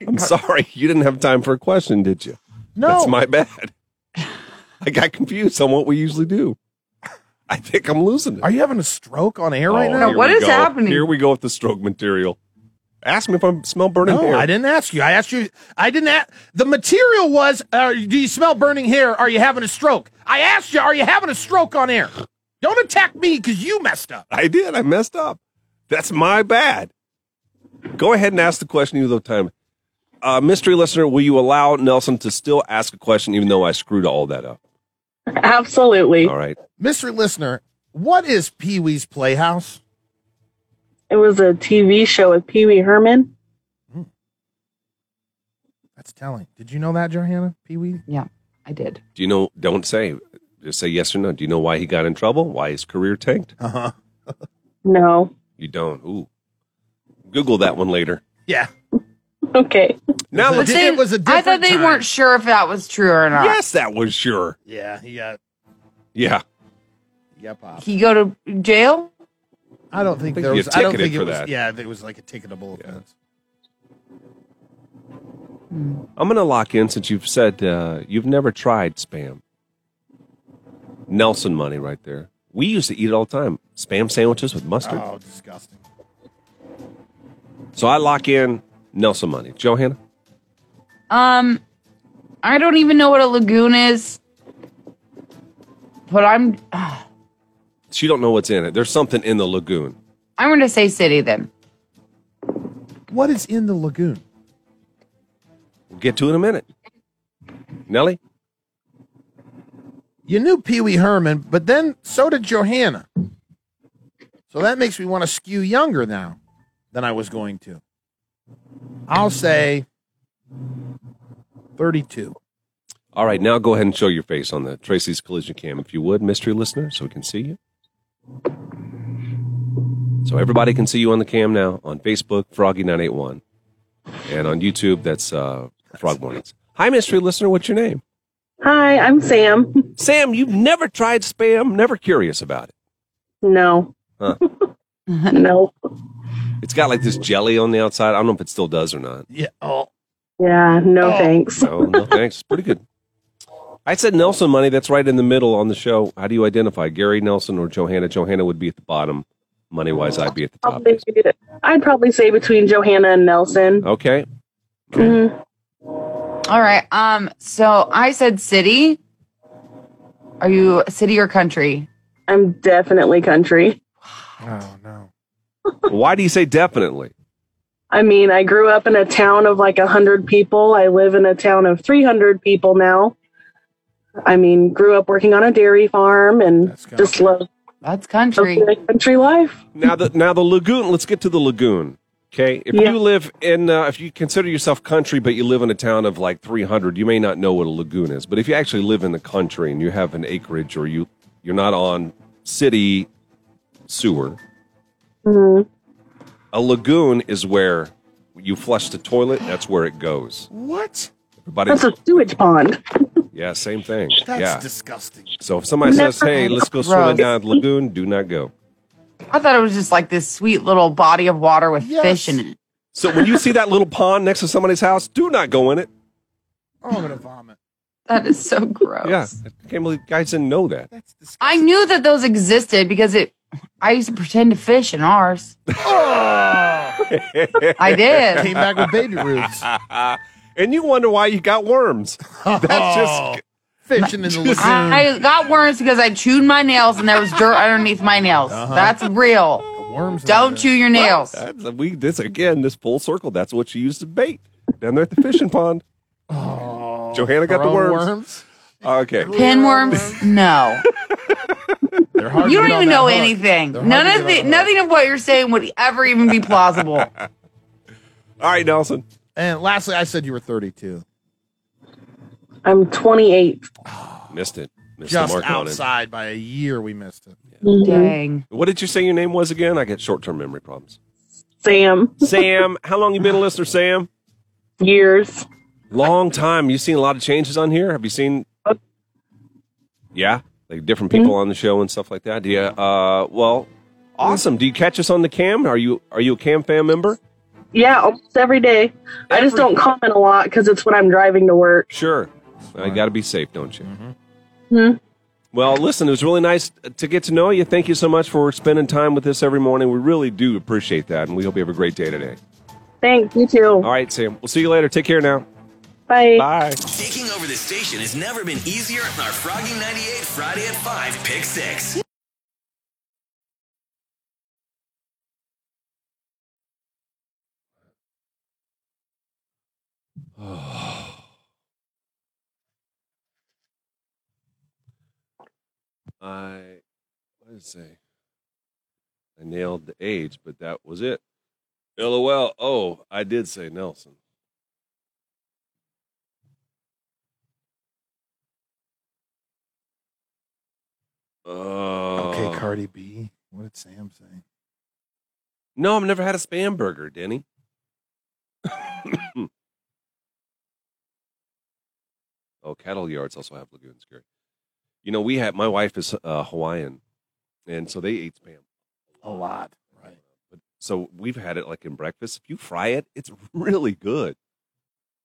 [SPEAKER 1] I'm sorry. You didn't have time for a question, did you?
[SPEAKER 2] No.
[SPEAKER 1] That's my bad. I got confused on what we usually do. I think I'm losing it.
[SPEAKER 2] Are you having a stroke on air right
[SPEAKER 1] Oh,
[SPEAKER 2] now?
[SPEAKER 1] here
[SPEAKER 3] what
[SPEAKER 1] we
[SPEAKER 3] is
[SPEAKER 1] go.
[SPEAKER 3] happening?
[SPEAKER 1] Here we go with the stroke material. Ask me if I smell burning
[SPEAKER 2] No,
[SPEAKER 1] hair.
[SPEAKER 2] I didn't ask you. I asked you. I didn't. A- the material was: uh, Do you smell burning hair? Are you having a stroke? I asked you. Are you having a stroke on air? Don't attack me because you messed up.
[SPEAKER 1] I did. I messed up. That's my bad. Go ahead and ask the question even though time. Uh, mystery listener, will you allow Nelson to still ask a question even though I screwed all that up?
[SPEAKER 6] Absolutely.
[SPEAKER 1] All right.
[SPEAKER 2] Mr. Listener, what is Pee Wee's Playhouse?
[SPEAKER 6] It was a TV show with Pee Wee Herman.
[SPEAKER 2] That's telling. Did you know that, Johanna? Pee Wee?
[SPEAKER 3] Yeah, I did.
[SPEAKER 1] Do you know? Don't say. Just say yes or no. Do you know why he got in trouble? Why his career tanked?
[SPEAKER 2] Uh huh.
[SPEAKER 6] No.
[SPEAKER 1] You don't. Ooh. Google that one later.
[SPEAKER 2] Yeah.
[SPEAKER 6] Okay.
[SPEAKER 1] Now
[SPEAKER 2] But
[SPEAKER 1] let's.
[SPEAKER 2] It
[SPEAKER 3] They-
[SPEAKER 2] was a
[SPEAKER 3] I thought
[SPEAKER 2] different
[SPEAKER 3] they
[SPEAKER 2] time.
[SPEAKER 3] weren't sure if that was true or not.
[SPEAKER 1] Yes, that was sure.
[SPEAKER 2] Yeah. He got.
[SPEAKER 1] Yeah.
[SPEAKER 2] Yeah, Pop.
[SPEAKER 3] He go to jail?
[SPEAKER 2] I don't think
[SPEAKER 1] I think
[SPEAKER 2] there
[SPEAKER 1] you
[SPEAKER 2] was.
[SPEAKER 1] get
[SPEAKER 2] I don't
[SPEAKER 1] ticketed
[SPEAKER 2] think it
[SPEAKER 1] for
[SPEAKER 2] was.
[SPEAKER 1] that.
[SPEAKER 2] Yeah, it was like a ticketable offense.
[SPEAKER 1] I'm gonna lock in since you've said uh, you've never tried spam. Nelson money right there. We used to eat it all the time. Spam sandwiches with mustard.
[SPEAKER 2] Oh, disgusting.
[SPEAKER 1] So I lock in Nelson money. Johanna.
[SPEAKER 3] Um, I don't even know what a lagoon is, but I'm
[SPEAKER 1] She don't know what's in it. There's something in the lagoon.
[SPEAKER 3] I'm going to say city then.
[SPEAKER 2] What is in the lagoon?
[SPEAKER 1] We'll get to it in a minute. Nelly.
[SPEAKER 2] you knew Pee Wee Herman, but then so did Johanna. So that makes me want to skew younger now than I was going to. I'll say 32.
[SPEAKER 1] All right, now go ahead and show your face on the Tracy's Collision Cam, if you would, mystery listener, so we can see you. So everybody can see you on the cam now on Facebook, Froggy981, and on YouTube, that's uh, Frog Mornings. Hi, mystery listener, what's your name?
[SPEAKER 9] Hi, I'm Sam.
[SPEAKER 1] Sam, you've never tried spam, never curious about it.
[SPEAKER 9] No.
[SPEAKER 1] Huh.
[SPEAKER 9] no.
[SPEAKER 1] It's got like this jelly on the outside. I don't know if it still does or not.
[SPEAKER 2] Yeah. Oh,
[SPEAKER 9] Yeah, no thanks.
[SPEAKER 1] Oh. No, no thanks. It's pretty good. I said Nelson money. That's right in the middle on the show. How do you identify Gary Nelson or Johanna? Johanna would be at the bottom. Money wise, I'd be at the top.
[SPEAKER 9] Probably- I'd probably say between Johanna and Nelson.
[SPEAKER 1] Okay.
[SPEAKER 6] Mm-hmm.
[SPEAKER 9] Mhm.
[SPEAKER 3] All right. Um. So I said city. Are you city or country?
[SPEAKER 9] I'm definitely country.
[SPEAKER 2] oh no.
[SPEAKER 1] Why do you say definitely?
[SPEAKER 9] I mean, I grew up in a town of like 100 people. I live in a town of 300 people now. I mean, grew up working on a dairy farm and
[SPEAKER 2] That's country.
[SPEAKER 9] just love
[SPEAKER 3] That's country.
[SPEAKER 9] country life.
[SPEAKER 1] Now the now the lagoon. Let's get to the lagoon. Okay. If
[SPEAKER 9] Yeah.
[SPEAKER 1] you live in, uh, if you consider yourself country, but you live in a town of like 300, you may not know what a lagoon is. But if you actually live in the country and you have an acreage, or you you're not on city sewer,
[SPEAKER 9] Mhm.
[SPEAKER 1] a lagoon is where you flush the toilet. That's where it goes.
[SPEAKER 2] What?
[SPEAKER 1] Everybody.
[SPEAKER 9] That's a sewage pond.
[SPEAKER 1] yeah. Same thing.
[SPEAKER 2] That's
[SPEAKER 1] yeah.
[SPEAKER 2] disgusting.
[SPEAKER 1] so if somebody says, "Hey, let's go swimming
[SPEAKER 3] Gross.
[SPEAKER 1] down the lagoon," do not go.
[SPEAKER 3] I thought it was just like this sweet little body of water with
[SPEAKER 2] Yes.
[SPEAKER 3] fish in it.
[SPEAKER 1] So when you see that little pond next to somebody's house, do not go in it.
[SPEAKER 2] Oh, I'm gonna vomit.
[SPEAKER 3] That is so gross.
[SPEAKER 1] Yeah, I can't believe guys didn't know that.
[SPEAKER 2] That's disgusting.
[SPEAKER 3] I knew that those existed because it. I used to pretend to fish in ours. I
[SPEAKER 2] Oh. Came
[SPEAKER 3] did.
[SPEAKER 2] back with baby roots.
[SPEAKER 1] and you wonder why you got worms. That's just
[SPEAKER 2] fishing in the lagoon.
[SPEAKER 3] I, I got worms because I chewed my nails and there was dirt underneath my nails. That's real.
[SPEAKER 2] Worms. in
[SPEAKER 3] Don't
[SPEAKER 2] Uh-huh. the-
[SPEAKER 3] chew your nails.
[SPEAKER 1] that's, we this again this full circle. That's what you use to bait down there at the fishing pond.
[SPEAKER 2] Oh,
[SPEAKER 1] Johanna got the
[SPEAKER 2] grow
[SPEAKER 1] worms. Okay,
[SPEAKER 3] Pinworms? No.
[SPEAKER 2] They're hard
[SPEAKER 3] You
[SPEAKER 2] to
[SPEAKER 3] don't
[SPEAKER 2] get on that
[SPEAKER 3] even know
[SPEAKER 2] hook.
[SPEAKER 3] anything.
[SPEAKER 2] They're
[SPEAKER 3] None
[SPEAKER 2] hard to
[SPEAKER 3] of
[SPEAKER 2] get
[SPEAKER 3] the,
[SPEAKER 2] on that hook.
[SPEAKER 3] nothing of what you're saying would ever even be plausible.
[SPEAKER 1] all right, Nelson.
[SPEAKER 2] And lastly, I said you were 32.
[SPEAKER 9] I'm 28.
[SPEAKER 1] Missed it. Missed
[SPEAKER 2] Just
[SPEAKER 1] the mark on
[SPEAKER 2] outside by a year, we missed it.
[SPEAKER 9] Mhm.
[SPEAKER 3] Dang.
[SPEAKER 1] it. What did you say your name was again? I get short term memory problems.
[SPEAKER 9] Sam,
[SPEAKER 1] Sam, how long you been a listener, Sam?
[SPEAKER 9] years.
[SPEAKER 1] Long time. You've seen a lot of changes on here. Have you seen?
[SPEAKER 9] Uh,
[SPEAKER 1] Yeah, like different people on the show and stuff like that. Yeah. Uh, well, awesome. Do you catch us on the cam? Are you are you a cam fan member?
[SPEAKER 9] Yeah, almost every day. I just
[SPEAKER 1] Every-
[SPEAKER 9] don't comment a lot because it's when I'm driving to work.
[SPEAKER 1] Sure. I got to be safe, don't you?
[SPEAKER 9] Mhm.
[SPEAKER 1] Well, listen, it was really nice to get to know you. Thank you so much for spending time with us every morning. We really do appreciate that, and we hope you have a great day today.
[SPEAKER 9] Thanks, you too.
[SPEAKER 1] All right, Sam. We'll see you later. Take care now.
[SPEAKER 9] Bye.
[SPEAKER 1] Bye.
[SPEAKER 4] Taking over the station has never been easier on our Froggy 98 Friday at 5 Pick 6.
[SPEAKER 1] I what did it say? I nailed the age, but that was it. LOL. Oh, I did say Nelson. Oh.
[SPEAKER 2] Okay, Cardi B. What did Sam say?
[SPEAKER 1] No, I've never had a spam burger, Denny. oh, cattle yards also have lagoon scary. You know, we had my wife is uh, Hawaiian, and so they ate spam.
[SPEAKER 2] A lot. Right.
[SPEAKER 1] But so we've had it like in breakfast. If you fry it, it's really good.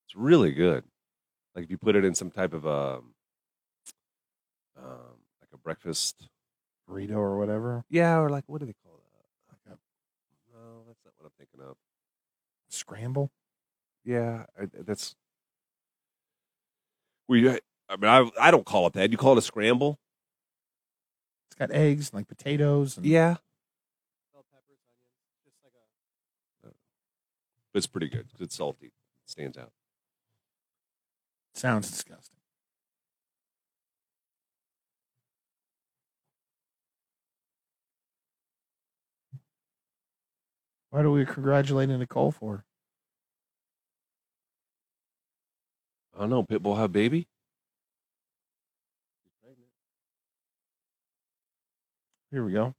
[SPEAKER 1] It's really good. Like if you put it in some type of um, um like a breakfast,
[SPEAKER 2] Burrito or whatever.
[SPEAKER 1] yeah, or like what do they call that?
[SPEAKER 2] Like
[SPEAKER 1] No, that's not what I'm thinking of.
[SPEAKER 2] Scramble.
[SPEAKER 1] Yeah, I, that's. We, I mean, I, I don't call it that. You call it a scramble.
[SPEAKER 2] It's got eggs, like potatoes. And
[SPEAKER 1] Yeah, but it's pretty good. 'cause It's salty. It stands out.
[SPEAKER 2] Sounds disgusting. What are we congratulating Nicole for?
[SPEAKER 1] I don't know. Pitbull have baby?
[SPEAKER 2] Here we go.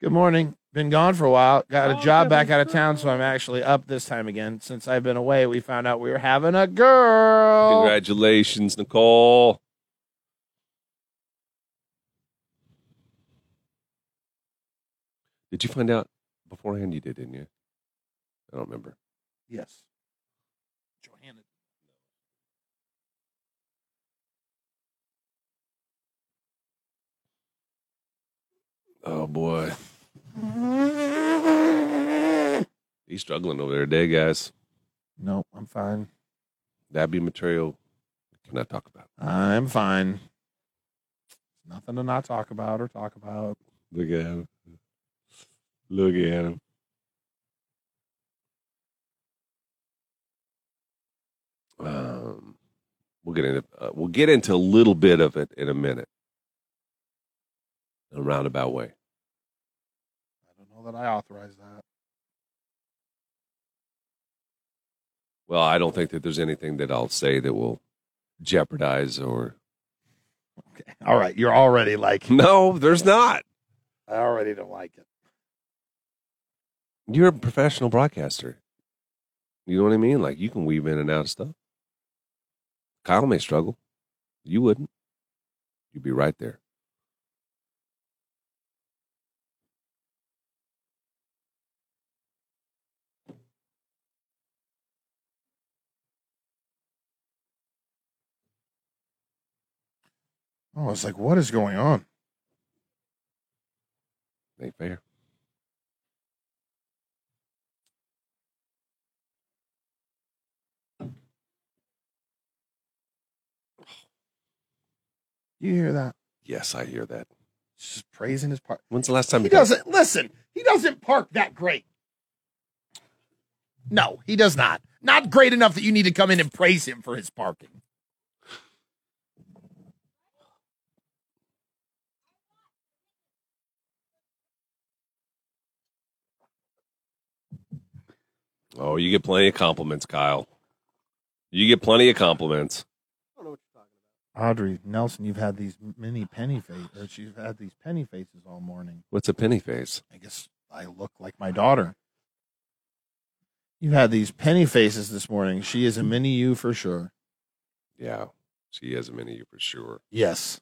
[SPEAKER 2] Good morning. Been gone for a while. Got a job back out of town, so I'm actually up this time again. Since I've been away, we found out we were having a girl.
[SPEAKER 1] Congratulations, Nicole. Did you find out beforehand? You did, didn't you? I don't remember.
[SPEAKER 2] Yes. Johanna.
[SPEAKER 1] Oh boy. He's struggling over there today, guys.
[SPEAKER 2] Nope, I'm fine.
[SPEAKER 1] That'd be material we cannot talk about.
[SPEAKER 2] I'm fine. Nothing to not talk about or talk about.
[SPEAKER 1] Look at him. Look at him. Um, we'll get into uh, we'll get into a little bit of it in a minute, in a roundabout way.
[SPEAKER 2] I don't know that I authorize that.
[SPEAKER 1] Well, I don't think that there's anything that I'll say that will jeopardize or
[SPEAKER 2] Okay. All right. You're already like,
[SPEAKER 1] no, there's not.
[SPEAKER 2] I already don't like it.
[SPEAKER 1] You're a professional broadcaster. You know what I mean? Like you can weave in and out of stuff. Kyle may struggle. You wouldn't. You'd be right there.
[SPEAKER 2] Oh, I was like, what is going on?
[SPEAKER 1] Ain't fair.
[SPEAKER 2] You hear that?
[SPEAKER 1] Yes, I hear that.
[SPEAKER 2] He's just praising his part.
[SPEAKER 1] When's the last time
[SPEAKER 2] He
[SPEAKER 1] you got-
[SPEAKER 2] doesn't listen. He doesn't park that great. No, he does not. Not great enough that you need to come in and praise him for his parking.
[SPEAKER 1] Oh, you get plenty of compliments, Kyle. You get plenty of compliments.
[SPEAKER 5] I don't know what you're talking
[SPEAKER 2] Audrey Nelson, you've had these mini penny faces. Or she's had these penny faces all morning.
[SPEAKER 1] What's a penny face?
[SPEAKER 2] I guess I look like my daughter. You had these penny faces this morning. She is a mini you for sure.
[SPEAKER 1] Yeah, she has a mini you for sure.
[SPEAKER 2] Yes,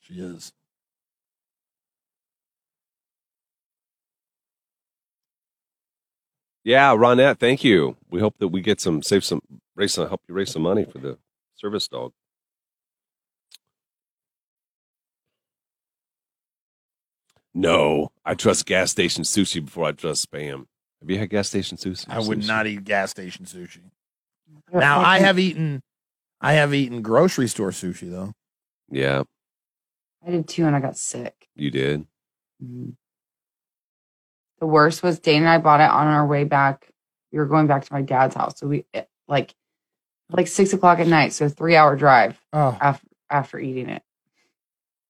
[SPEAKER 2] she is.
[SPEAKER 1] Yeah, Ronette, thank you. We hope that we get some save some raise some help you raise some money for the service dog. No, I trust gas station sushi before I trust spam. Have you had gas station sushi?
[SPEAKER 2] I would
[SPEAKER 1] sushi?
[SPEAKER 2] not eat gas station sushi. Now I have eaten, I have eaten grocery store sushi though.
[SPEAKER 1] Yeah,
[SPEAKER 3] I did too, and I got sick.
[SPEAKER 1] you did.
[SPEAKER 3] Mhm. The worst was Dane and I bought it on our way back. We were going back to my dad's house, so we it- like like six o'clock at night, so three hour drive
[SPEAKER 2] Oh,
[SPEAKER 3] after after eating it.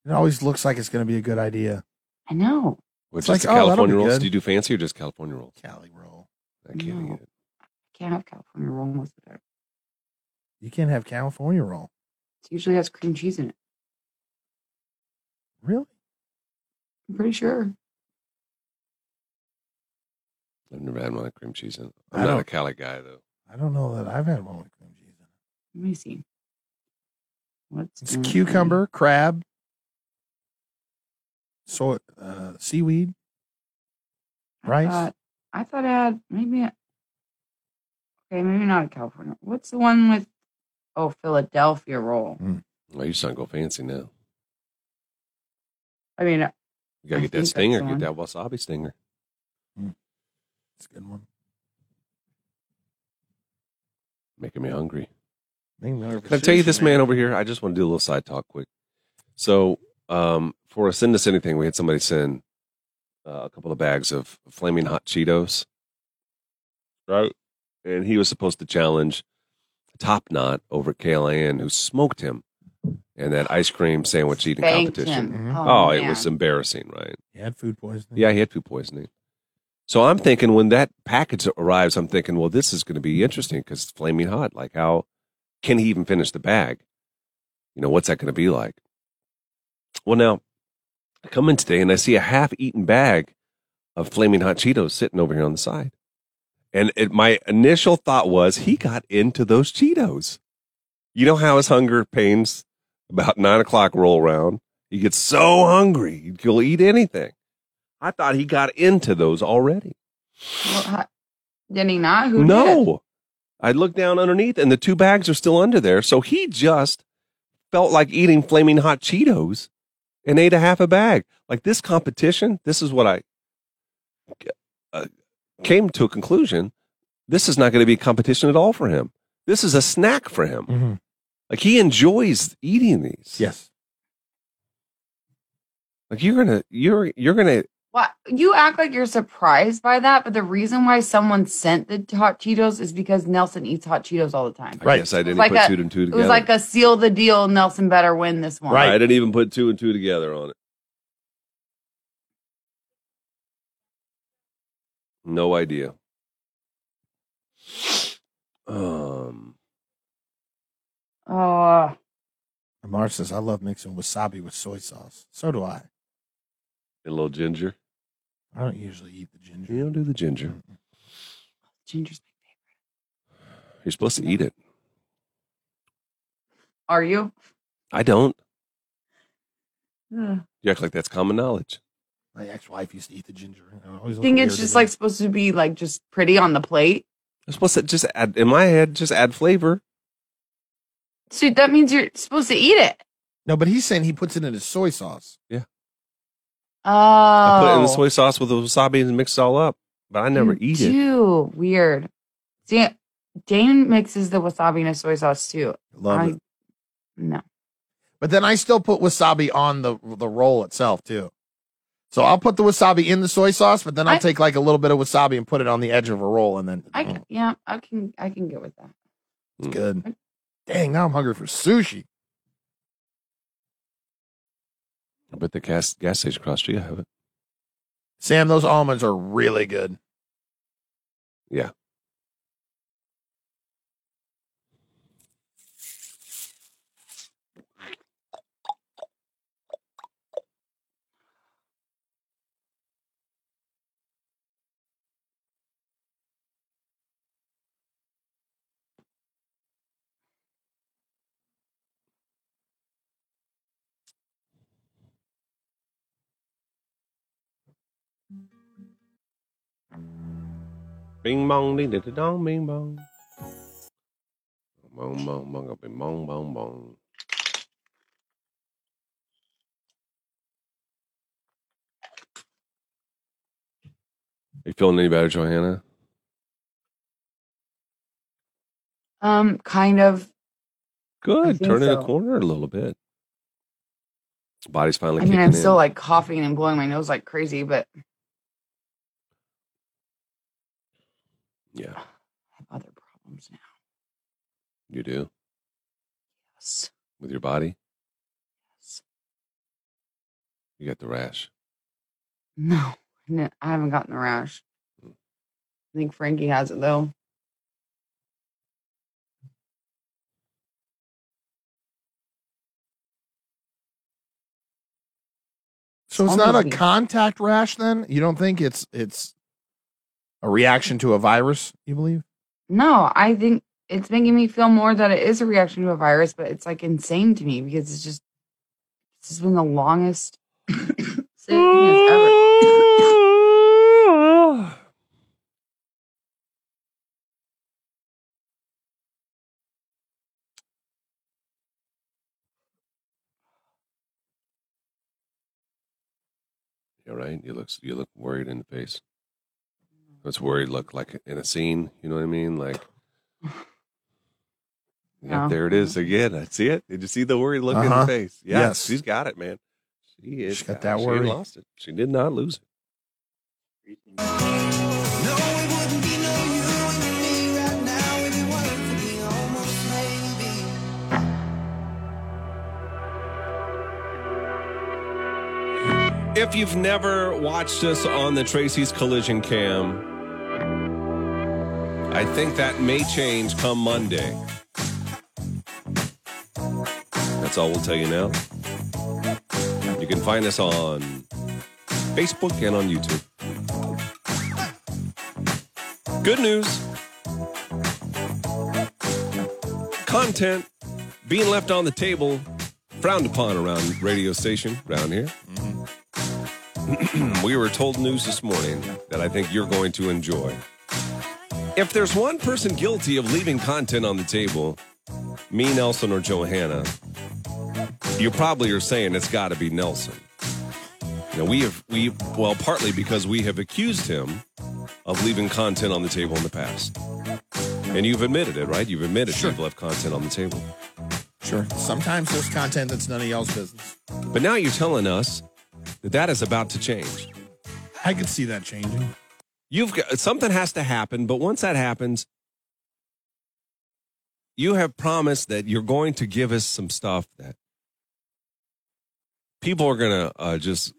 [SPEAKER 2] it always looks like it's going to be a good idea.
[SPEAKER 3] I know.
[SPEAKER 1] Which
[SPEAKER 2] It's
[SPEAKER 1] is
[SPEAKER 2] like,
[SPEAKER 1] the
[SPEAKER 2] oh, that'll
[SPEAKER 1] California
[SPEAKER 2] be
[SPEAKER 1] rolls?
[SPEAKER 2] good.
[SPEAKER 1] Do you do fancy or just California rolls?
[SPEAKER 2] Cali roll.
[SPEAKER 1] I can't
[SPEAKER 3] No.
[SPEAKER 1] eat it.
[SPEAKER 3] I can't have California roll most of the time.
[SPEAKER 2] You can't have California roll.
[SPEAKER 3] It usually has cream cheese in it.
[SPEAKER 2] Really?
[SPEAKER 3] I'm pretty sure.
[SPEAKER 1] I've never had one with cream cheese in. it.
[SPEAKER 2] I
[SPEAKER 1] I'm not a
[SPEAKER 2] don't-
[SPEAKER 1] Cali guy though.
[SPEAKER 2] I don't know that I've had one with cream cheese. in it.
[SPEAKER 3] Let me see. What's
[SPEAKER 2] It's
[SPEAKER 3] in it?
[SPEAKER 2] cucumber, crab, soy, uh, seaweed.
[SPEAKER 3] I
[SPEAKER 2] rice?
[SPEAKER 3] thought- I thought I had maybe. Okay, maybe not a California. What's the one with? Oh, Philadelphia roll.
[SPEAKER 1] Well, you just don't go fancy now.
[SPEAKER 3] I mean, uh,
[SPEAKER 1] You gotta get
[SPEAKER 3] I think
[SPEAKER 1] that
[SPEAKER 3] that's
[SPEAKER 1] stinger.
[SPEAKER 3] the
[SPEAKER 1] Get
[SPEAKER 3] one.
[SPEAKER 1] that wasabi stinger.
[SPEAKER 2] It's a good one.
[SPEAKER 1] Making me hungry.
[SPEAKER 2] Can
[SPEAKER 1] Can I tell you this man over here? I just want to do a little side talk quick. So, um, for a send us anything, we had somebody send uh, a couple of bags of flaming hot Cheetos. Right. And he was supposed to challenge Top Knot over at KLAN, who smoked him in that ice cream sandwich eating
[SPEAKER 3] spanked
[SPEAKER 1] competition.
[SPEAKER 2] Mhm.
[SPEAKER 3] him.
[SPEAKER 1] Oh, it
[SPEAKER 3] man.
[SPEAKER 1] was embarrassing, right?
[SPEAKER 2] He had food poisoning.
[SPEAKER 1] Yeah, he had food poisoning. So I'm thinking when that package arrives, I'm thinking, well, this is going to be interesting because it's flaming hot. Like, how can he even finish the bag? You know, what's that going to be like? Well, now I come in today and I see a half eaten bag of flaming hot Cheetos sitting over here on the side. And it, my initial thought was he got into those Cheetos. You know how his hunger pains about nine o'clock roll around? He gets so hungry, he'll eat anything. I thought he got into those already.
[SPEAKER 3] Well, how- did he not? Who
[SPEAKER 1] no.
[SPEAKER 3] did?
[SPEAKER 1] I looked down underneath and the two bags are still under there. So he just felt like eating flaming hot Cheetos and ate a half a bag. Like this competition, this is what I uh, came to a conclusion. This is not going to be a competition at all for him. This is a snack for him.
[SPEAKER 3] Mm-hmm.
[SPEAKER 1] Like he enjoys eating these.
[SPEAKER 2] Yes.
[SPEAKER 1] Like you're gonna, you're, you're gonna.
[SPEAKER 3] What you act like you're surprised by that, but the reason why someone sent the hot Cheetos is because Nelson eats hot Cheetos all the time.
[SPEAKER 1] I
[SPEAKER 2] Right.
[SPEAKER 1] guess I didn't
[SPEAKER 3] like
[SPEAKER 1] put
[SPEAKER 3] a-
[SPEAKER 1] two and two
[SPEAKER 3] It
[SPEAKER 1] together.
[SPEAKER 3] was like a seal the deal. Nelson better win this one.
[SPEAKER 2] Right.
[SPEAKER 1] I didn't even put two and two together on it. No idea. Um,
[SPEAKER 3] Oh,
[SPEAKER 2] Amar says, I love mixing wasabi with soy sauce. So do I.
[SPEAKER 1] a little ginger.
[SPEAKER 2] I don't usually eat the ginger.
[SPEAKER 1] You don't do the ginger.
[SPEAKER 3] ginger's
[SPEAKER 1] You're supposed to eat it.
[SPEAKER 3] Are you?
[SPEAKER 1] I don't.
[SPEAKER 3] Ugh.
[SPEAKER 1] You act like that's common knowledge.
[SPEAKER 2] My ex-wife used to eat the ginger. and I always
[SPEAKER 3] I
[SPEAKER 2] looked
[SPEAKER 3] think it's
[SPEAKER 2] weird
[SPEAKER 3] just
[SPEAKER 2] at
[SPEAKER 3] like
[SPEAKER 2] it.
[SPEAKER 3] supposed to be like just pretty on the plate.
[SPEAKER 1] You're supposed to just add in my head, just add flavor.
[SPEAKER 3] So that means you're supposed to eat it.
[SPEAKER 2] no, but he's saying he puts it in his soy sauce.
[SPEAKER 3] Oh,
[SPEAKER 1] I put it in the soy sauce with the wasabi and mix it all up. But I never eat it.
[SPEAKER 3] Too weird. See, Dane mixes the wasabi and the soy sauce too.
[SPEAKER 2] Love
[SPEAKER 3] I-
[SPEAKER 2] it.
[SPEAKER 3] No,
[SPEAKER 2] But then I still put wasabi on the the roll itself too. So I'll put the wasabi in the soy sauce, but then I'll
[SPEAKER 3] I-
[SPEAKER 2] take like a little bit of wasabi and put it on the edge of a roll, and then
[SPEAKER 3] I
[SPEAKER 1] Oh.
[SPEAKER 2] Mm,
[SPEAKER 3] can, yeah, I can, I can get with that.
[SPEAKER 2] it's good. Dang, now I'm hungry for sushi.
[SPEAKER 1] But the gas gas station across the street, I have it.
[SPEAKER 2] Sam, those almonds are really good.
[SPEAKER 1] Yeah. Bing bong, ding ding dong, bing bong. Bong bong bong, bing bong bong bong. You feeling any better, Johanna?
[SPEAKER 3] Um, kind of. I
[SPEAKER 1] Good.
[SPEAKER 3] think
[SPEAKER 1] Turning the
[SPEAKER 3] so.
[SPEAKER 1] corner a little bit. Body's finally
[SPEAKER 3] I mean,
[SPEAKER 1] kicking
[SPEAKER 3] I'm still
[SPEAKER 1] in.
[SPEAKER 3] like coughing and blowing my nose like crazy, but
[SPEAKER 1] yeah,
[SPEAKER 3] I have other problems now.
[SPEAKER 1] you do
[SPEAKER 3] Yes.
[SPEAKER 1] with your body.
[SPEAKER 3] Yes.
[SPEAKER 1] You got the rash.
[SPEAKER 3] No, no, I haven't gotten the rash.
[SPEAKER 1] Mm.
[SPEAKER 3] I think Frankie has it though.
[SPEAKER 2] So it's not a
[SPEAKER 3] Almonds.
[SPEAKER 2] contact rash, then? You don't think it's it's a reaction to a virus? You believe?
[SPEAKER 3] No, I think it's making me feel more that it is a reaction to a virus, but it's like insane to me because it's just this has been the longest sickness ever.
[SPEAKER 1] Yeah, right. You look you look worried in the face. What's worried look like in a scene? You know what I mean? Like, yeah,
[SPEAKER 3] No.
[SPEAKER 1] there it is again. I see it. Did you see the worried look in
[SPEAKER 2] Uh-huh.
[SPEAKER 1] the face? Yeah,
[SPEAKER 2] Yes.
[SPEAKER 1] she's got it, man. She is.
[SPEAKER 2] She's got that worry.
[SPEAKER 1] She lost it. She did not lose it. If if you've never watched us on the Tracy's Collision Cam, I think that may change come Monday. That's all we'll tell you now. You can find us on Facebook and on YouTube. Good news content being left on the table, frowned upon around radio station around here. we were told news this morning that I think you're going to enjoy. If there's one person guilty of leaving content on the table, me, Nelson, or Johanna, you probably are saying it's got to be Nelson. Now we have we well partly because we have accused him of leaving content on the table in the past, and you've admitted it, right? You've admitted
[SPEAKER 2] Sure.
[SPEAKER 1] you've left content on the table.
[SPEAKER 2] Sure. Sometimes there's content that's none of y'all's business.
[SPEAKER 1] But now you're telling us that that is about to change.
[SPEAKER 2] I could see that changing.
[SPEAKER 1] You've got something has to happen, but once that happens, you have promised that you're going to give us some stuff that people are going to uh, just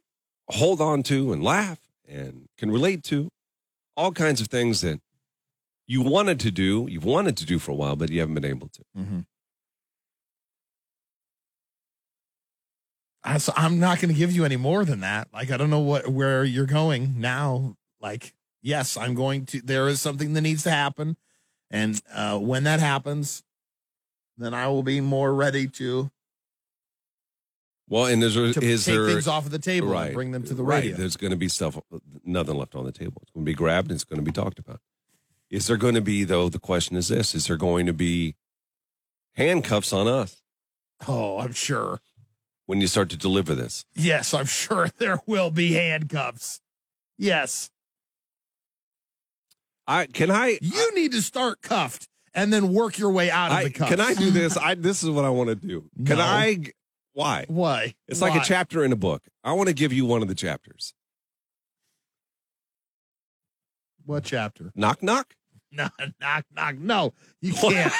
[SPEAKER 1] hold on to and laugh and can relate to all kinds of things that you wanted to do, you've wanted to do for a while, but you haven't been able to.
[SPEAKER 2] Mm-hmm. I, so I'm not going to give you any more than that. Like, I don't know what where you're going now. Like, yes, I'm going to. There is something that needs to happen, and uh, when that happens, then I will be more ready to,
[SPEAKER 1] Well, and there's
[SPEAKER 2] to
[SPEAKER 1] is
[SPEAKER 2] take
[SPEAKER 1] there
[SPEAKER 2] things off of the table and bring them to the
[SPEAKER 1] right.
[SPEAKER 2] radio.
[SPEAKER 1] There's going to be stuff, nothing left on the table. It's going to be grabbed. and It's going to be talked about. Is there going to be though? The question is this: Is there going to be handcuffs on us
[SPEAKER 2] Oh, I'm sure.
[SPEAKER 1] when you start to deliver this?
[SPEAKER 2] Yes, I'm sure there will be handcuffs. Yes,
[SPEAKER 1] I can I
[SPEAKER 2] you need to start cuffed and then work your way out of
[SPEAKER 1] I
[SPEAKER 2] the cuffs.
[SPEAKER 1] can I do this? I this is what I want to do. Can
[SPEAKER 2] No.
[SPEAKER 1] I? g- Why?
[SPEAKER 2] Why?
[SPEAKER 1] It's like
[SPEAKER 2] Why?
[SPEAKER 1] a chapter in a book. I want to give you one of the chapters.
[SPEAKER 2] What chapter?
[SPEAKER 1] Knock knock.
[SPEAKER 2] No, knock, knock. No, you can't.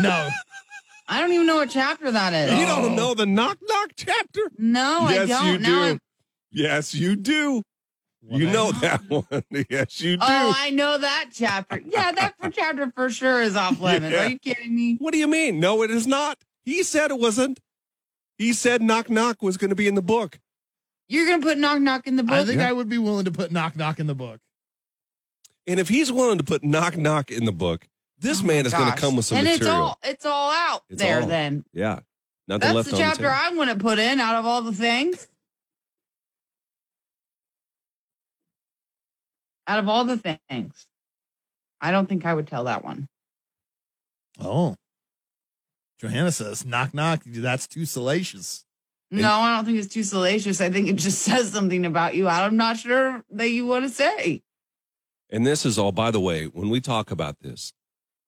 [SPEAKER 2] no,
[SPEAKER 3] I don't even know what chapter that is.
[SPEAKER 1] You don't know the knock knock chapter?
[SPEAKER 3] No, I
[SPEAKER 1] yes,
[SPEAKER 3] don't.
[SPEAKER 1] you
[SPEAKER 3] Now
[SPEAKER 1] do.
[SPEAKER 3] I'm-
[SPEAKER 1] Yes, you do. you know that one. yes, you do.
[SPEAKER 3] Oh, I know that chapter. Yeah, that for chapter for sure is off limits.
[SPEAKER 1] Yeah.
[SPEAKER 3] Are you kidding me?
[SPEAKER 1] What do you mean? No, it is not. He said it wasn't. He said knock knock was going to be in the book.
[SPEAKER 3] You're gonna put knock knock in the book?
[SPEAKER 2] I think I would be willing to put knock, knock in the book.
[SPEAKER 1] And if he's willing to put knock knock in the book, this man is going to
[SPEAKER 3] Oh Gosh.
[SPEAKER 1] come with some
[SPEAKER 3] and
[SPEAKER 1] material.
[SPEAKER 3] it's all it's all out
[SPEAKER 1] It's
[SPEAKER 3] there.
[SPEAKER 1] all
[SPEAKER 3] Then
[SPEAKER 1] yeah. Nothing
[SPEAKER 3] that's
[SPEAKER 1] left
[SPEAKER 3] the
[SPEAKER 1] on
[SPEAKER 3] chapter
[SPEAKER 1] the table.
[SPEAKER 3] I'm gonna put in out of all the things. Out of all the things, I don't think I would tell that one.
[SPEAKER 2] Oh. Johanna says, knock, knock. That's too salacious.
[SPEAKER 3] No, I don't think it's too salacious. I think it just says something about you. I'm not sure that you want to say.
[SPEAKER 1] and this is all, by the way, when we talk about this,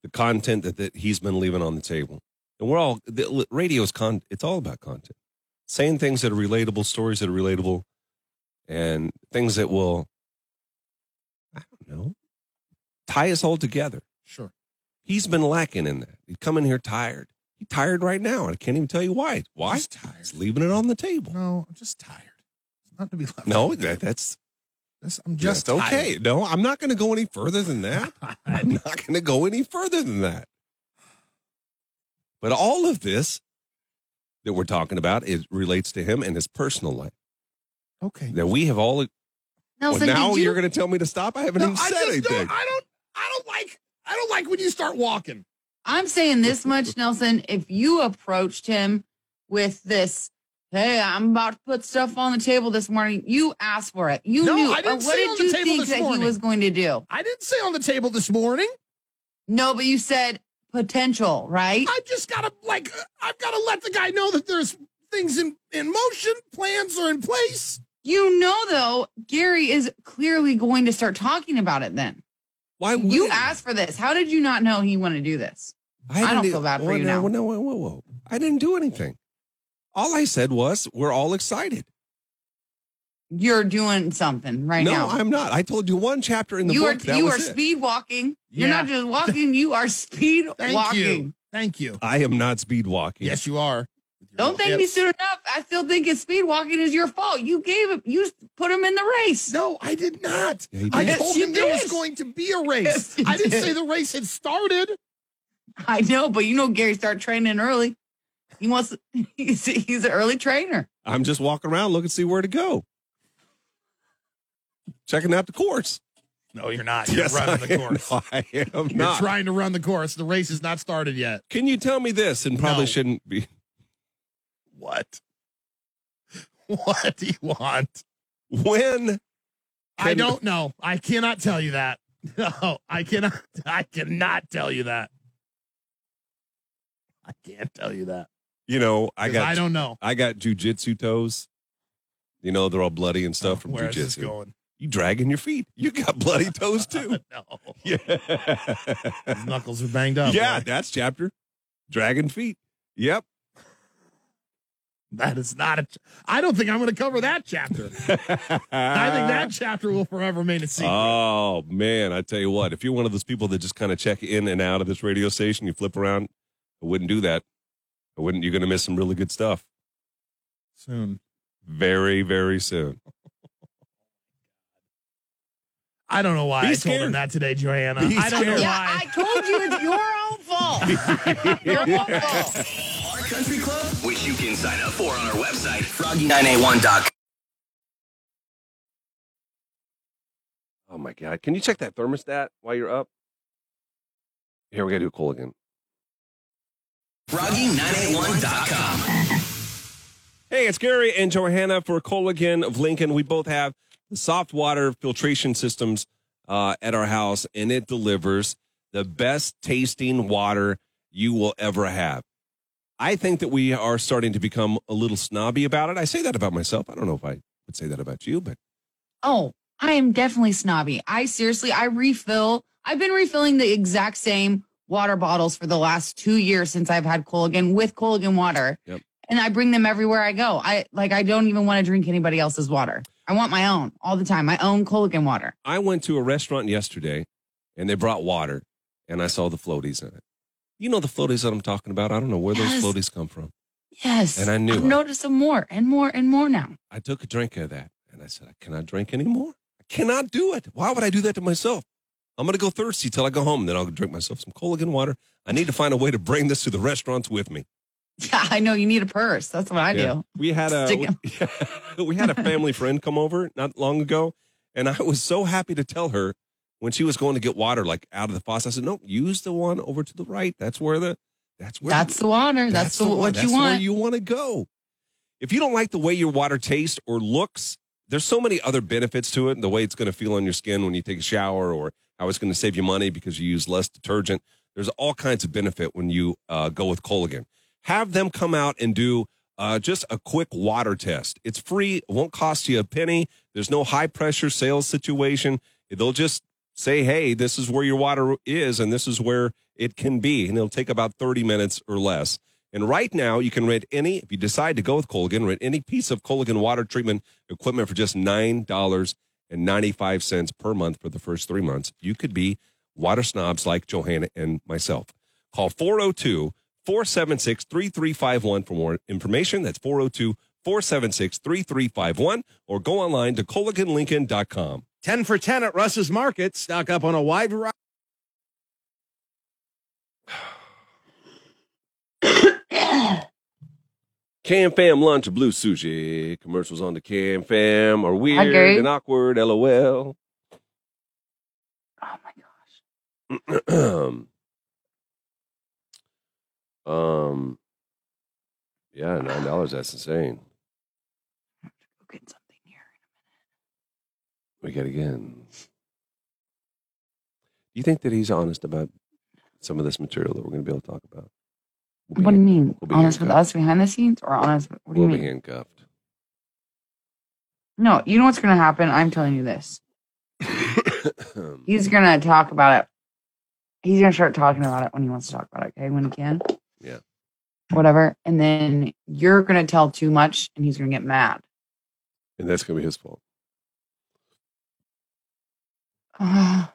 [SPEAKER 1] the content that, that he's been leaving on the table. And we're all, the radio's con, it's all about content. Saying things that are relatable, stories that are relatable, and things that will, I don't know, tie us all together.
[SPEAKER 2] Sure.
[SPEAKER 1] He's been lacking in that. He'd come in here tired. He tired right now, and I can't even tell you why. Why?
[SPEAKER 2] He's tired.
[SPEAKER 1] He's leaving it on the table.
[SPEAKER 2] No, I'm just tired. It's not to be left.
[SPEAKER 1] No, that, that's
[SPEAKER 2] This- I'm
[SPEAKER 1] just
[SPEAKER 2] just
[SPEAKER 1] okay. No, I'm not going to go any further than that.
[SPEAKER 2] tired.
[SPEAKER 1] I'm not going to go any further than that. But all of this that we're talking about is relates to him and his personal life.
[SPEAKER 2] okay.
[SPEAKER 1] That we have all. Well,
[SPEAKER 3] Nelson,
[SPEAKER 1] now
[SPEAKER 3] did you
[SPEAKER 1] you're going to tell me to stop. I haven't
[SPEAKER 2] No,
[SPEAKER 1] even
[SPEAKER 2] I,
[SPEAKER 1] said
[SPEAKER 2] just
[SPEAKER 1] anything.
[SPEAKER 2] don't, I don't I don't like I don't like when you start walking.
[SPEAKER 3] I'm saying this much, Nelson. If you approached him with this, hey, I'm about to put stuff on the table this morning, you asked for it. You
[SPEAKER 2] No,
[SPEAKER 3] knew.
[SPEAKER 2] I didn't
[SPEAKER 3] what
[SPEAKER 2] say
[SPEAKER 3] did
[SPEAKER 2] on the
[SPEAKER 3] you
[SPEAKER 2] table
[SPEAKER 3] think
[SPEAKER 2] this
[SPEAKER 3] that
[SPEAKER 2] morning.
[SPEAKER 3] he was going to do?
[SPEAKER 2] I didn't say on the table this morning.
[SPEAKER 3] No, but you said potential, right?
[SPEAKER 2] I just gotta like I've gotta let the guy know that there's things in, in motion, plans are in place.
[SPEAKER 3] you know, though, Gary is clearly going to start talking about it then.
[SPEAKER 1] Why would
[SPEAKER 3] You asked for this. How did you not know he wanted to do this? I don't
[SPEAKER 1] didn't-
[SPEAKER 3] feel bad for
[SPEAKER 1] whoa,
[SPEAKER 3] you
[SPEAKER 1] no,
[SPEAKER 3] now.
[SPEAKER 1] No, whoa, whoa, whoa. I didn't do anything. All I said was we're all excited.
[SPEAKER 3] You're doing something right
[SPEAKER 1] no,
[SPEAKER 3] now.
[SPEAKER 1] I'm not. I told you one chapter in the
[SPEAKER 3] you
[SPEAKER 1] book.
[SPEAKER 3] are
[SPEAKER 1] that
[SPEAKER 3] you
[SPEAKER 1] was
[SPEAKER 3] are
[SPEAKER 1] it.
[SPEAKER 3] speed walking. You're
[SPEAKER 2] Yeah.
[SPEAKER 3] not just walking, you are speed
[SPEAKER 2] Thank
[SPEAKER 3] walking.
[SPEAKER 2] you. Thank you.
[SPEAKER 1] I am not speed walking.
[SPEAKER 2] Yes, you are. With
[SPEAKER 3] Don't thank me
[SPEAKER 2] Yes.
[SPEAKER 3] soon enough. I still think it's speed walking is your fault. You gave it. You put him in the race.
[SPEAKER 2] No, I did not.
[SPEAKER 1] Yeah, he
[SPEAKER 2] I
[SPEAKER 3] did.
[SPEAKER 2] told
[SPEAKER 3] Yes, you
[SPEAKER 2] him there was
[SPEAKER 3] did.
[SPEAKER 2] going to be a race.
[SPEAKER 3] Yes, you
[SPEAKER 2] I didn't
[SPEAKER 3] did.
[SPEAKER 2] say the race had started.
[SPEAKER 3] I know, but you know Gary started training early. He wants. He's, he's an early trainer.
[SPEAKER 1] I'm just walking around looking to see where to go. Checking out the course.
[SPEAKER 2] No, you're not.
[SPEAKER 1] I am. No, I am
[SPEAKER 2] You're
[SPEAKER 1] not.
[SPEAKER 2] trying to run the course. The race has not started yet.
[SPEAKER 1] Can you tell me this? And probably
[SPEAKER 2] No.
[SPEAKER 1] shouldn't be.
[SPEAKER 2] What? What do you want?
[SPEAKER 1] When
[SPEAKER 2] I
[SPEAKER 1] Can-
[SPEAKER 2] don't know. I cannot tell you that. No, I cannot. I cannot tell you that. I can't tell you that.
[SPEAKER 1] you know, I
[SPEAKER 2] 'Cause
[SPEAKER 1] got
[SPEAKER 2] I
[SPEAKER 1] I,
[SPEAKER 2] don't know
[SPEAKER 1] got jujitsu toes. You know, they're all bloody and stuff from
[SPEAKER 2] Oh, where is this
[SPEAKER 1] jujitsu.
[SPEAKER 2] going.
[SPEAKER 1] You dragging your feet. You got bloody toes too.
[SPEAKER 2] no,
[SPEAKER 1] Yeah.
[SPEAKER 2] his knuckles are banged up.
[SPEAKER 1] yeah,
[SPEAKER 2] boy.
[SPEAKER 1] that's chapter. Dragging feet. Yep.
[SPEAKER 2] that is not a. Ch- I don't think I'm going to cover that chapter.
[SPEAKER 1] I think
[SPEAKER 2] I
[SPEAKER 10] Uh.
[SPEAKER 2] think that chapter will forever remain a secret.
[SPEAKER 1] Oh man, I tell you what, if you're one of those people that just kind of check in and out of this radio station, you flip around, I wouldn't do that. I wouldn't you're gonna miss some really good stuff
[SPEAKER 2] Soon,
[SPEAKER 1] very, very soon.
[SPEAKER 2] I don't know why
[SPEAKER 1] Be
[SPEAKER 2] I told
[SPEAKER 1] scared.
[SPEAKER 2] him that today, Joanna.
[SPEAKER 1] Be
[SPEAKER 2] I don't know
[SPEAKER 1] scared.
[SPEAKER 3] Yeah,
[SPEAKER 2] why.
[SPEAKER 3] I told you it's your own fault. your own
[SPEAKER 1] Oh
[SPEAKER 3] fault.
[SPEAKER 4] Our country club, which you can sign up for on our website, froggy981.com.
[SPEAKER 1] Oh my god. Can you check that thermostat while you're up? Here we gotta do a call again.
[SPEAKER 4] Froggy981.com.
[SPEAKER 1] Hey, it's Gary and Johanna for Coligan of Lincoln. We both have the soft water filtration systems uh, at our house, and it delivers the best tasting water you will ever have. I think that we are starting to become a little snobby about it. I say that about myself. I don't know if I would say that about you, but
[SPEAKER 3] Oh, I am definitely snobby. I seriously, I refill. I've been refilling the exact same water bottles for the last two years since I've had Coligan with Coligan water.
[SPEAKER 1] Yep.
[SPEAKER 3] And I bring them everywhere I go. I like, I don't even want to drink anybody else's water. I want my own all the time, my own Coligan water.
[SPEAKER 1] I went to a restaurant yesterday and they brought water and I saw the floaties in it. You know the floaties that I'm talking about. I don't know where
[SPEAKER 3] Yes.
[SPEAKER 1] those floaties come from.
[SPEAKER 3] Yes.
[SPEAKER 1] And I knew
[SPEAKER 3] I've
[SPEAKER 1] it.
[SPEAKER 3] noticed them more and more and more now.
[SPEAKER 1] I took a drink of that and I said, I cannot drink anymore. I cannot do it. Why would I do that to myself? I'm going to go thirsty till I go home. Then I'll drink myself some Coligan water. I need to find a way to bring this to the restaurants with me.
[SPEAKER 3] Yeah, I know you need a purse. That's what I
[SPEAKER 1] Yeah.
[SPEAKER 3] do.
[SPEAKER 1] We had a
[SPEAKER 3] Stick
[SPEAKER 1] we, we had a family friend come over not long ago, and I was so happy to tell her when she was going to get water, like out of the faucet. I said, "No, use the one over to the right. That's where the that's where
[SPEAKER 3] That's the water. That's, the,
[SPEAKER 1] one.
[SPEAKER 3] what
[SPEAKER 1] That's
[SPEAKER 3] you want.
[SPEAKER 1] Where you want to go. If you don't like the way your water tastes or looks, there's so many other benefits to it. The way it's going to feel on your skin when you take a shower, or how it's going to save you money because you use less detergent. There's all kinds of benefit when you uh, go with Coligan. Have them come out and do uh, just a quick water test. It's free. It won't cost you a penny. There's no high pressure sales situation. They'll just say, hey, this is where your water is and this is where it can be. And it'll take about 30 minutes or less. And right now, you can rent any, if you decide to go with Coligan, rent any piece of Coligan water treatment equipment for just $9.95 per month for the first three months. You could be water snobs like Johanna and myself. Call 402 476 3351 for more information. That's 402 476 3351 or go online to coliganlincoln.com.
[SPEAKER 10] 10 for 10 at Russ's Market. Stock up on a wide variety.
[SPEAKER 3] Oh
[SPEAKER 1] Cam Fam lunch of blue sushi. Commercials on the Cam Fam are weird
[SPEAKER 3] Gary.
[SPEAKER 1] and awkward. LOL.
[SPEAKER 3] oh my God.
[SPEAKER 1] um, um, yeah, nine dollars. That's insane.
[SPEAKER 3] Go get something here.
[SPEAKER 1] We got again. Do you think that he's honest about some of this material that we're going to be able to talk about? We'll be
[SPEAKER 3] What do you mean?
[SPEAKER 1] we'll be
[SPEAKER 3] honest with
[SPEAKER 1] handcuffed.
[SPEAKER 3] us behind the scenes or honest? What do you
[SPEAKER 1] we'll
[SPEAKER 3] mean?
[SPEAKER 1] be handcuffed.
[SPEAKER 3] No, you know what's going to happen? I'm telling you this. He's going to talk about it. He's going to start talking about it when he wants to talk about it, okay? When he can.
[SPEAKER 1] Yeah.
[SPEAKER 3] Whatever. And then you're going to tell too much and he's going to get mad.
[SPEAKER 1] and that's going to be his fault.
[SPEAKER 3] Uh, I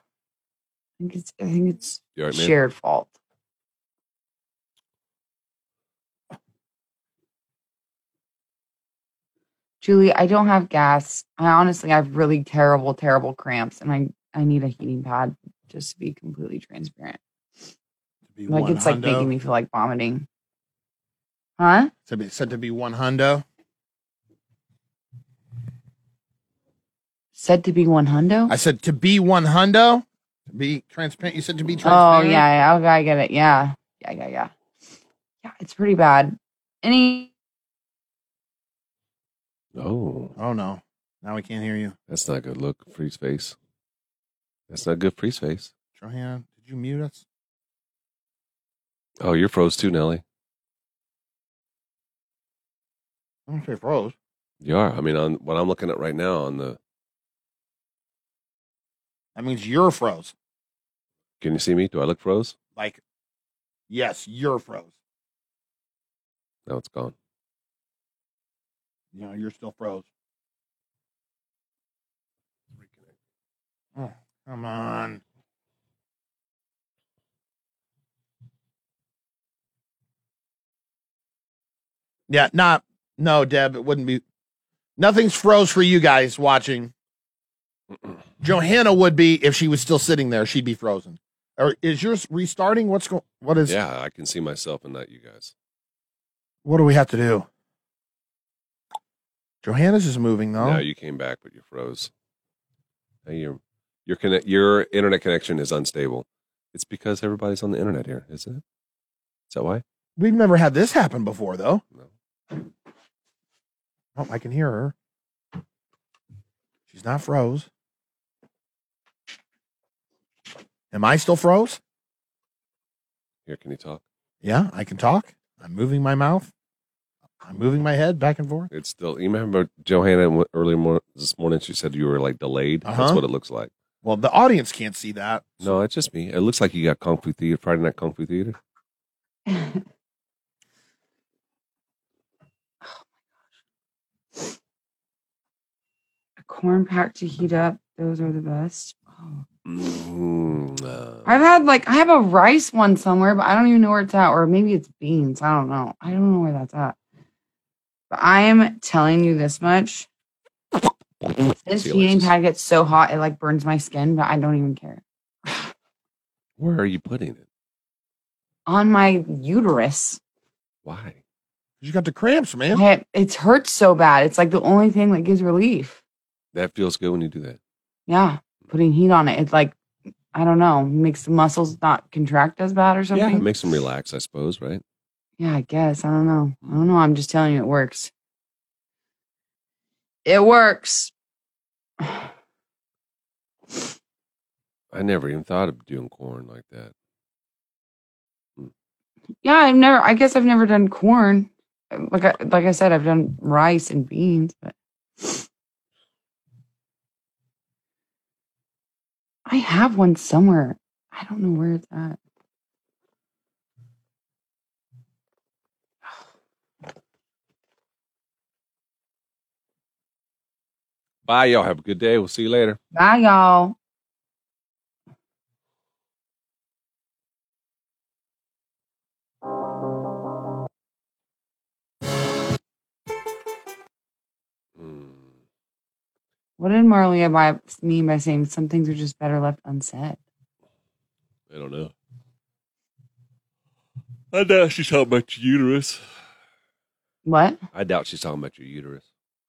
[SPEAKER 3] think it's, I think it's
[SPEAKER 1] You all right, man?
[SPEAKER 3] shared fault. Julie, I don't have gas. I honestly have really terrible, terrible cramps, and I I need a heating pad just to be completely transparent.
[SPEAKER 2] Be
[SPEAKER 3] Like
[SPEAKER 2] one
[SPEAKER 3] it's like
[SPEAKER 2] hundo.
[SPEAKER 3] making me feel like vomiting. Huh?
[SPEAKER 2] To be, said to be one hundo.
[SPEAKER 3] Said to be one hundo.
[SPEAKER 2] I said to be one hundo. To be transparent. You said to be
[SPEAKER 3] Oh
[SPEAKER 2] transparent.
[SPEAKER 3] yeah, yeah, okay, I get it. Yeah, yeah, yeah, yeah. Yeah, it's pretty bad. Any
[SPEAKER 1] Oh,
[SPEAKER 2] Oh no. Now we can't hear you.
[SPEAKER 1] that's not a good look. Freeze face. That's not good. Freeze face.
[SPEAKER 2] Johanna, did you mute us?
[SPEAKER 1] Oh, you're froze too, Nelly.
[SPEAKER 2] I don't say froze.
[SPEAKER 1] You are. I mean, on what I'm looking at right now on the.
[SPEAKER 2] That means you're froze.
[SPEAKER 1] Can you see me? Do I look froze?
[SPEAKER 2] Like, yes, you're froze.
[SPEAKER 1] No, it's gone.
[SPEAKER 2] You know, you're still froze. Oh, come on. Yeah, not no, Deb. It wouldn't be. Nothing's froze for you guys watching. Johanna would be if she was still sitting there. She'd be frozen. Or is yours restarting? What's going? What is?
[SPEAKER 1] Yeah, I can see myself and not you guys.
[SPEAKER 2] What do we have to do? Johanna's is moving though.
[SPEAKER 1] No, you came back, but you froze. Now your your connect your internet connection is unstable. It's because everybody's on the internet here, isn't it? Is that why?
[SPEAKER 2] We've never had this happen before though.
[SPEAKER 1] No.
[SPEAKER 2] Oh, I can hear her. She's not froze. Am I still froze?
[SPEAKER 1] Here, can you talk?
[SPEAKER 2] Yeah, I can talk. I'm moving my mouth. I'm moving my head back and forth.
[SPEAKER 1] It's still. You remember Johanna w- earlier mor- this morning? She said you were like delayed.
[SPEAKER 2] Uh-huh.
[SPEAKER 1] That's what it looks like.
[SPEAKER 2] Well, the audience can't see that.
[SPEAKER 1] No, it's just me. It looks like you got Kung Fu Theater Friday Night Kung Fu Theater.
[SPEAKER 3] a corn pack to heat up? Those are the best. Oh.
[SPEAKER 1] Mm, uh,
[SPEAKER 3] I've had like I have a rice one somewhere, but I don't even know where it's at, or maybe it's beans. I don't know. I don't know where that's at. But I am telling you this much: this
[SPEAKER 1] see you,
[SPEAKER 3] heating
[SPEAKER 1] Alexis.
[SPEAKER 3] pad gets so hot it like burns my skin, but I don't even care.
[SPEAKER 1] Where are you putting it?
[SPEAKER 3] On my uterus,
[SPEAKER 1] Why?
[SPEAKER 2] You got the cramps, man.
[SPEAKER 3] it, it hurts so bad. It's like the only thing that gives relief.
[SPEAKER 1] That feels good when you do that.
[SPEAKER 3] Yeah, putting heat on it. It's like I don't know, makes the muscles not contract as bad or
[SPEAKER 1] Yeah,
[SPEAKER 3] something.
[SPEAKER 1] it makes them relax, I suppose, right?
[SPEAKER 3] Yeah, I guess. I don't know. I don't know. I'm just telling you it works. It works.
[SPEAKER 1] I never even thought of doing corn like that.
[SPEAKER 3] Yeah, I've never I guess I've never done corn. Like I like I said, I've done rice and beans, but I have one somewhere. I don't know where it's at.
[SPEAKER 1] Bye, y'all. Have a good day. We'll see you later.
[SPEAKER 3] Bye y'all. What did Marley by- mean by saying some things are just better left unsaid?
[SPEAKER 1] I don't know. I doubt she's talking about your uterus.
[SPEAKER 3] What?
[SPEAKER 1] I doubt she's talking about your uterus.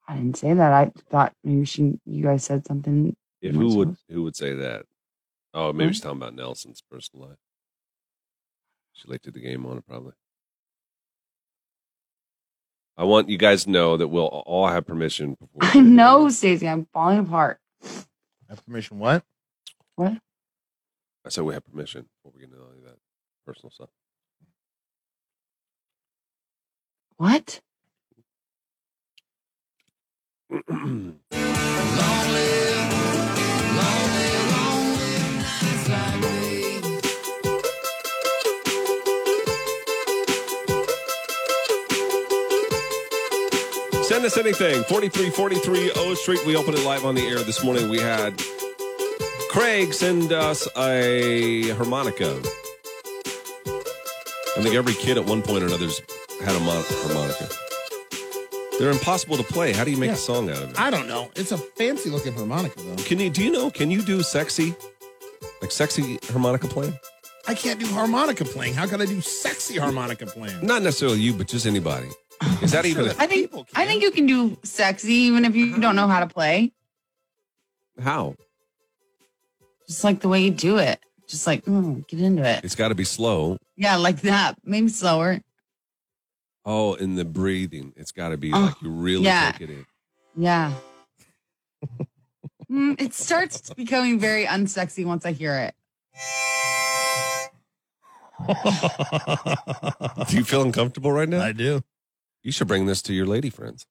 [SPEAKER 3] I didn't say that. I thought maybe she, you guys said something.
[SPEAKER 1] If
[SPEAKER 3] you weren't
[SPEAKER 1] who would
[SPEAKER 3] supposed-
[SPEAKER 1] who would say that? Oh, maybe
[SPEAKER 3] Huh?
[SPEAKER 1] she's talking about Nelson's personal life. She late to the game on it, probably. I want you guys to know that we'll all have permission. Before
[SPEAKER 3] I know, Stacey. I'm falling apart.
[SPEAKER 2] Have permission what?
[SPEAKER 3] What?
[SPEAKER 1] I said we have permission before we get into any of that personal stuff.
[SPEAKER 3] What?
[SPEAKER 1] Send us anything. 4343 O Street. We opened it live on the air this morning. We had Craig send us a harmonica. I think every kid at one point or another has had a mon- harmonica. They're impossible to play. How do you make
[SPEAKER 2] Yeah.
[SPEAKER 1] a song out of it?
[SPEAKER 2] I don't know. It's a fancy looking harmonica though.
[SPEAKER 1] Can you? Do you know? Can you do sexy, like sexy harmonica playing?
[SPEAKER 2] I can't do harmonica playing. How can I do sexy harmonica playing?
[SPEAKER 1] Not necessarily you, but just anybody. Is that even?
[SPEAKER 3] I think I think you can do sexy even if you don't know how to play.
[SPEAKER 1] A, how?
[SPEAKER 3] Just like the way you do it. Just like mm, get into it.
[SPEAKER 1] It's got to be slow.
[SPEAKER 3] Yeah, like that. Maybe slower.
[SPEAKER 1] Oh, in the breathing, it's got to be
[SPEAKER 3] Oh,
[SPEAKER 1] like you really
[SPEAKER 3] yeah.
[SPEAKER 1] take it in.
[SPEAKER 3] Yeah. Mm, it starts becoming very unsexy once I hear it.
[SPEAKER 1] Do you feel uncomfortable right now?
[SPEAKER 10] I do.
[SPEAKER 1] You should bring this to your lady friends.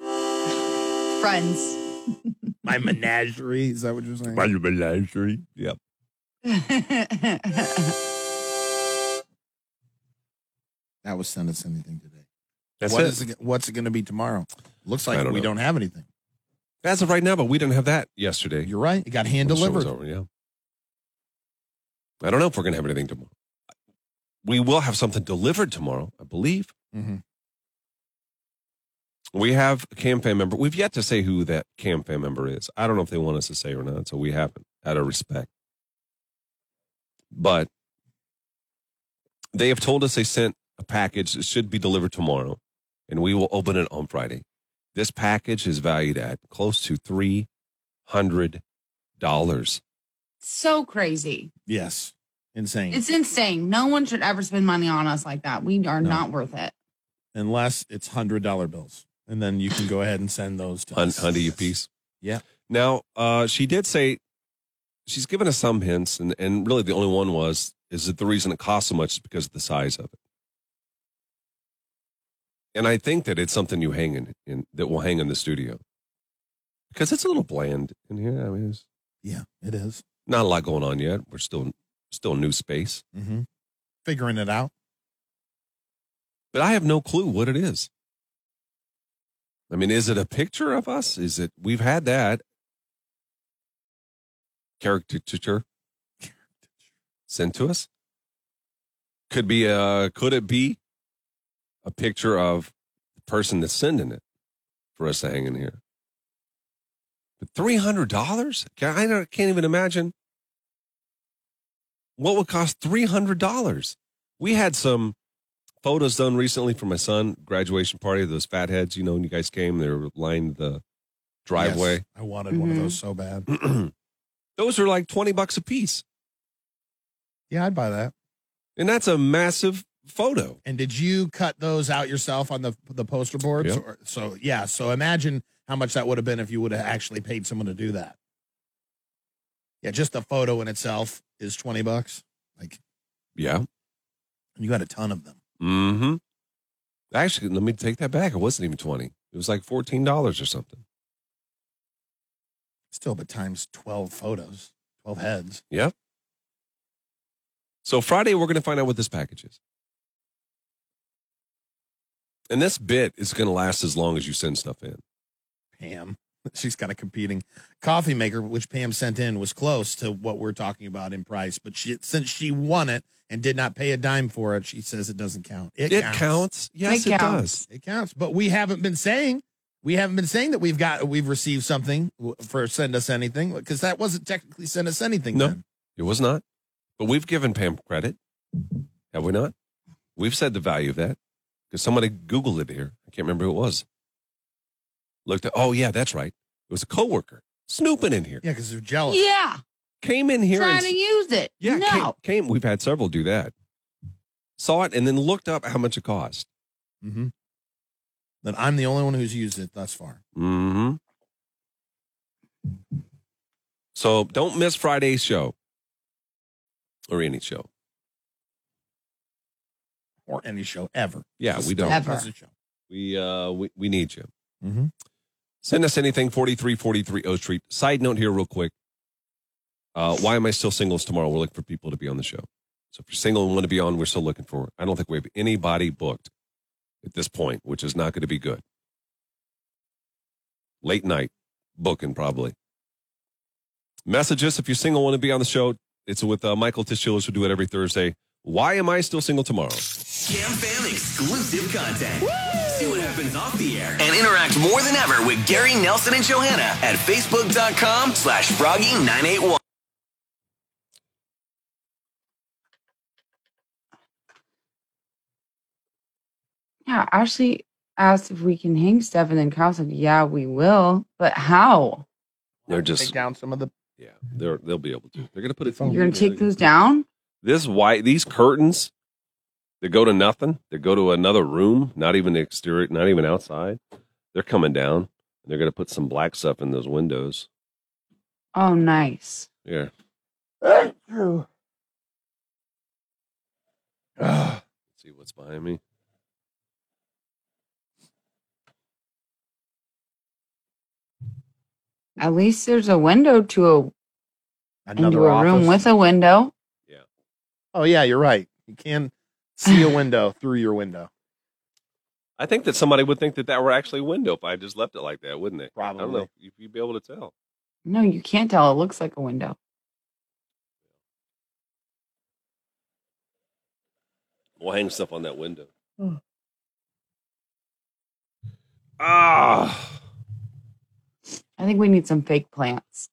[SPEAKER 3] Friends.
[SPEAKER 2] My menagerie. Is that what you're saying?
[SPEAKER 1] menagerie. Yep.
[SPEAKER 2] That was send us anything today.
[SPEAKER 1] That's
[SPEAKER 2] What
[SPEAKER 1] it.
[SPEAKER 2] is it- What's it going to be tomorrow? Looks like
[SPEAKER 1] I don't
[SPEAKER 2] we
[SPEAKER 1] know.
[SPEAKER 2] don't have anything.
[SPEAKER 1] As of right now, but we didn't have that yesterday.
[SPEAKER 2] You're right. It got hand
[SPEAKER 1] When the show was
[SPEAKER 2] delivered.
[SPEAKER 1] over, yeah. I don't know if we're going to have anything tomorrow. We will have something delivered tomorrow, I believe.
[SPEAKER 2] Mhm.
[SPEAKER 1] We have a cam fan member. We've yet to say who that cam fan member is. I don't know if they want us to say or not, so we haven't, out of respect. But they have told us they sent a package that should be delivered tomorrow, and we will open it on Friday. This package is valued at close to three hundred dollars.
[SPEAKER 3] so crazy.
[SPEAKER 2] Yes. Insane.
[SPEAKER 3] It's insane. No one should ever spend money on us like that. We are
[SPEAKER 2] No.
[SPEAKER 3] not worth it.
[SPEAKER 2] Unless it's hundred dollar bills, and then you can go ahead and send those to us.
[SPEAKER 1] Honda, you piece.
[SPEAKER 2] Yeah.
[SPEAKER 1] Now, uh, she did say she's given us some hints, and, and really the only one was is that the reason it costs so much is because of the size of it. And I think that it's something you hang in, in that will hang in the studio because it's a little bland in here. I mean, there's
[SPEAKER 2] Yeah, it is.
[SPEAKER 1] not a lot going on yet. We're still still new space,
[SPEAKER 2] Mm-hmm. Figuring it out.
[SPEAKER 1] but I have no clue what it is. I mean, is it a picture of us? Is it we've had that caricature sent to us? Could be a could it be a picture of the person that's sending it for us to hang in here? But three hundred dollars? I don't- can't even imagine what would cost three hundred dollars. We had some photos done recently for my son graduation party. Those fatheads, you know, when you guys came, they were lined the driveway.
[SPEAKER 2] Yes, I wanted one of
[SPEAKER 3] Mhm.
[SPEAKER 2] those so bad.
[SPEAKER 1] Those are like twenty bucks a piece,
[SPEAKER 2] Yeah, I'd buy that.
[SPEAKER 1] and that's a massive photo.
[SPEAKER 2] And did you cut those out yourself on the the poster boards?
[SPEAKER 1] Yeah.
[SPEAKER 2] Or, so yeah. So imagine how much that would have been if you would have actually paid someone to do that. Yeah, just the photo in itself is twenty bucks. Like
[SPEAKER 1] Yeah.
[SPEAKER 2] and you got a ton of them.
[SPEAKER 1] Mm-hmm. Actually, let me take that back. It wasn't even twenty. It was like fourteen dollars or something.
[SPEAKER 2] Still, but times twelve photos, twelve heads.
[SPEAKER 1] Yep. So Friday we're going to find out what this package is. And this bit is going to last as long as you send stuff in.
[SPEAKER 2] Pam, she's got a competing coffee maker, which Pam sent in was close to what we're talking about in price, but she since she won it and did not pay a dime for it, she says it doesn't count.
[SPEAKER 1] It, counts. Yes, it,
[SPEAKER 3] It
[SPEAKER 1] does.
[SPEAKER 3] counts.
[SPEAKER 2] It counts, but we haven't been saying we haven't been saying that we've got we've received something w- for send us anything because that wasn't technically send us anything.
[SPEAKER 1] No.
[SPEAKER 2] then.
[SPEAKER 1] It was not. But we've given Pam credit. Have we not? We've said the value of that because somebody Googled it here. I can't remember who it was. Looked at, oh, yeah, that's right. It was a coworker snooping in here.
[SPEAKER 2] yeah, because they're jealous.
[SPEAKER 3] Yeah.
[SPEAKER 1] Came in Oh. here
[SPEAKER 3] Trying
[SPEAKER 1] and
[SPEAKER 3] to use it.
[SPEAKER 1] Yeah,
[SPEAKER 3] no.
[SPEAKER 1] came, came. We've had several do that. Saw it and then looked up how much it cost.
[SPEAKER 2] Mm-hmm. But I'm the only one who's used it thus far.
[SPEAKER 1] Mm-hmm. So don't miss Friday's show or any show.
[SPEAKER 2] Or any show ever.
[SPEAKER 1] Yeah, we don't. Mm-hmm.
[SPEAKER 3] Ever.
[SPEAKER 2] Just a show.
[SPEAKER 1] We uh we, we need you.
[SPEAKER 2] Mhm.
[SPEAKER 1] Send us anything 4343 O Street. Side note here, real quick. Uh, why am I still singles tomorrow? We're looking for people to be on the show. So if you're single and want to be on, we're still looking for. I don't think we have anybody booked at this point, which is not going to be good. Late night booking probably. Message us if you're single want to be on the show. It's with uh, Michael Tischilis. We do it every Thursday. Why am I still single tomorrow?
[SPEAKER 4] Cam Fam exclusive content. See what happens off the air and interact more than ever with Gary Nelson and Johanna at facebook.com slash froggy981.
[SPEAKER 3] Yeah, Ashley asked if we can hang stuff, and then Kyle said, "Yeah, we will, but how?
[SPEAKER 1] They're
[SPEAKER 2] Take
[SPEAKER 1] just
[SPEAKER 2] down some of the.
[SPEAKER 1] yeah, they're they'll be able to. They're gonna put it.
[SPEAKER 3] You're gonna take those down?
[SPEAKER 1] this white these curtains that go to nothing. They go to another room, not even the exterior, not even outside. They're coming down. and They're gonna put some black stuff in those windows.
[SPEAKER 3] Oh, nice.
[SPEAKER 1] Yeah, see what's behind me.
[SPEAKER 3] At least there's a window to a into
[SPEAKER 2] Another
[SPEAKER 3] a room
[SPEAKER 2] office.
[SPEAKER 3] with a window.
[SPEAKER 2] Oh yeah, you're right. You can see a window through your window.
[SPEAKER 1] I think that somebody would think that that were actually a window if I just left it like that, wouldn't they? I don't know.
[SPEAKER 2] Probably.
[SPEAKER 1] if you- You'd be able to tell.
[SPEAKER 3] No, you can't tell. It looks like a window.
[SPEAKER 1] We'll hang stuff on that window. Ah,
[SPEAKER 3] I think we need some fake plants.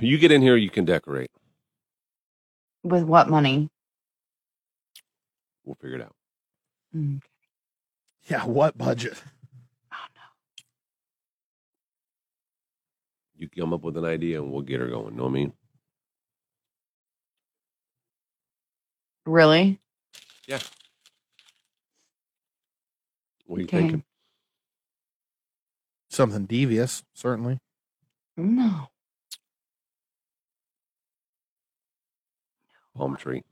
[SPEAKER 1] you get in here, you can decorate.
[SPEAKER 3] With what money?
[SPEAKER 1] We'll figure it out.
[SPEAKER 2] Hmm.
[SPEAKER 3] Mm.
[SPEAKER 2] Yeah, what budget?
[SPEAKER 1] You come up with an idea, and we'll get her going. Know what I mean?
[SPEAKER 3] Really?
[SPEAKER 1] What are you
[SPEAKER 3] Okay.
[SPEAKER 1] thinking?
[SPEAKER 2] Something devious, certainly.
[SPEAKER 3] No.
[SPEAKER 1] Palm tree.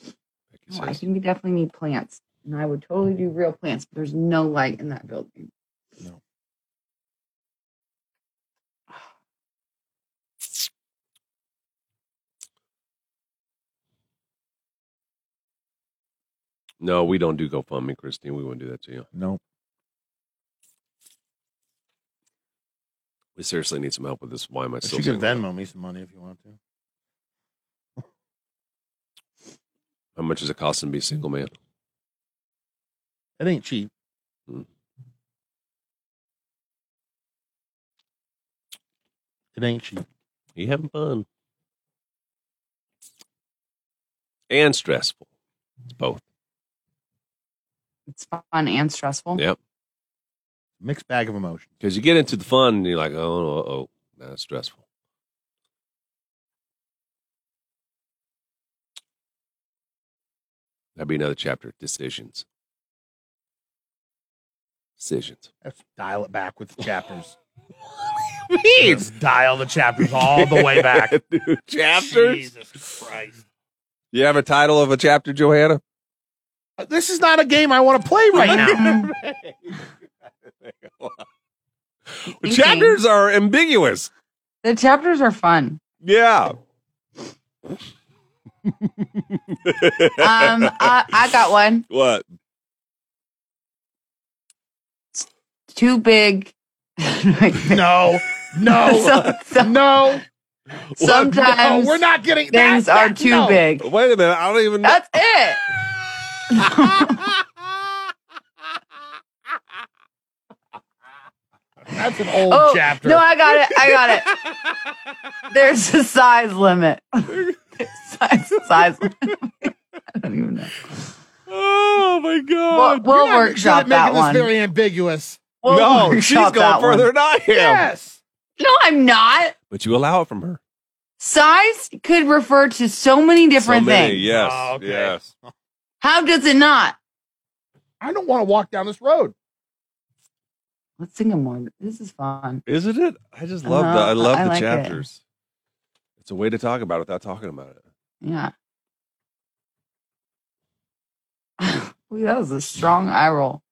[SPEAKER 1] Becky
[SPEAKER 3] No, I
[SPEAKER 1] says,
[SPEAKER 3] think we definitely need plants. And I would totally do real plants, but there's no light in that building.
[SPEAKER 1] no, we don't do GoFundMe, Christine. We wouldn't do that to you.
[SPEAKER 2] No.
[SPEAKER 1] We seriously need some help with this. Why am I
[SPEAKER 2] But
[SPEAKER 1] still
[SPEAKER 2] you can
[SPEAKER 1] single?
[SPEAKER 2] Venmo me some money if you want to.
[SPEAKER 1] How much does it cost to be single man?
[SPEAKER 2] It ain't cheap.
[SPEAKER 1] Hmm.
[SPEAKER 2] Mm. It ain't cheap.
[SPEAKER 1] You having fun? And stressful. It's both.
[SPEAKER 3] It's fun and stressful.
[SPEAKER 1] Yep.
[SPEAKER 2] Mixed bag of emotions.
[SPEAKER 1] Because you get into the fun and you're like, oh, uh oh, that's stressful. That'd be another chapter decisions. Decisions.
[SPEAKER 2] Let's dial it back with the chapters.
[SPEAKER 1] Please
[SPEAKER 2] Let's dial the chapters all the way back.
[SPEAKER 1] chapters.
[SPEAKER 2] Jesus Christ.
[SPEAKER 1] You have a title of a chapter, Johanna?
[SPEAKER 2] Uh, This is not a game I want to play right now. Mm-hmm.
[SPEAKER 3] Thinking.
[SPEAKER 1] Chapters are ambiguous.
[SPEAKER 3] The chapters are fun.
[SPEAKER 1] Yeah.
[SPEAKER 3] Um, I, I got one.
[SPEAKER 1] What?
[SPEAKER 3] Too big.
[SPEAKER 2] no, no,
[SPEAKER 3] Some- some-
[SPEAKER 2] Oh, no.
[SPEAKER 3] sometimes
[SPEAKER 2] no, we're not getting
[SPEAKER 3] things
[SPEAKER 2] that,
[SPEAKER 3] are
[SPEAKER 2] that-
[SPEAKER 3] too
[SPEAKER 2] no.
[SPEAKER 3] big.
[SPEAKER 1] Wait a minute. I don't even know.
[SPEAKER 3] That's it.
[SPEAKER 2] That's an old
[SPEAKER 3] oh,
[SPEAKER 2] chapter.
[SPEAKER 3] no, I got it. I got it. There's a size limit. size, size limit. I don't even know.
[SPEAKER 1] Oh my
[SPEAKER 3] We'll,
[SPEAKER 1] god.
[SPEAKER 2] You're
[SPEAKER 3] we'll
[SPEAKER 2] not good at
[SPEAKER 3] workshop
[SPEAKER 2] making
[SPEAKER 3] that
[SPEAKER 2] this
[SPEAKER 3] one.
[SPEAKER 2] Very ambiguous.
[SPEAKER 3] We'll
[SPEAKER 1] no, she's
[SPEAKER 3] workshop
[SPEAKER 1] going
[SPEAKER 3] that one.
[SPEAKER 1] further than I am.
[SPEAKER 2] Yes.
[SPEAKER 3] No, I'm not.
[SPEAKER 1] But you allow it from her.
[SPEAKER 3] Size could refer to so many different
[SPEAKER 1] So many,
[SPEAKER 3] things.
[SPEAKER 1] Yes.
[SPEAKER 2] Oh, okay.
[SPEAKER 1] Yes.
[SPEAKER 3] How does it not?
[SPEAKER 2] I don't want to walk down this road.
[SPEAKER 3] Let's sing a more. This is fun.
[SPEAKER 1] Isn't it? I just love
[SPEAKER 3] Uh-huh.
[SPEAKER 1] the I love
[SPEAKER 3] I
[SPEAKER 1] the
[SPEAKER 3] like it.
[SPEAKER 1] chapters. It's a way to talk about it without talking about it.
[SPEAKER 3] Yeah. Ooh, that was a strong eye roll.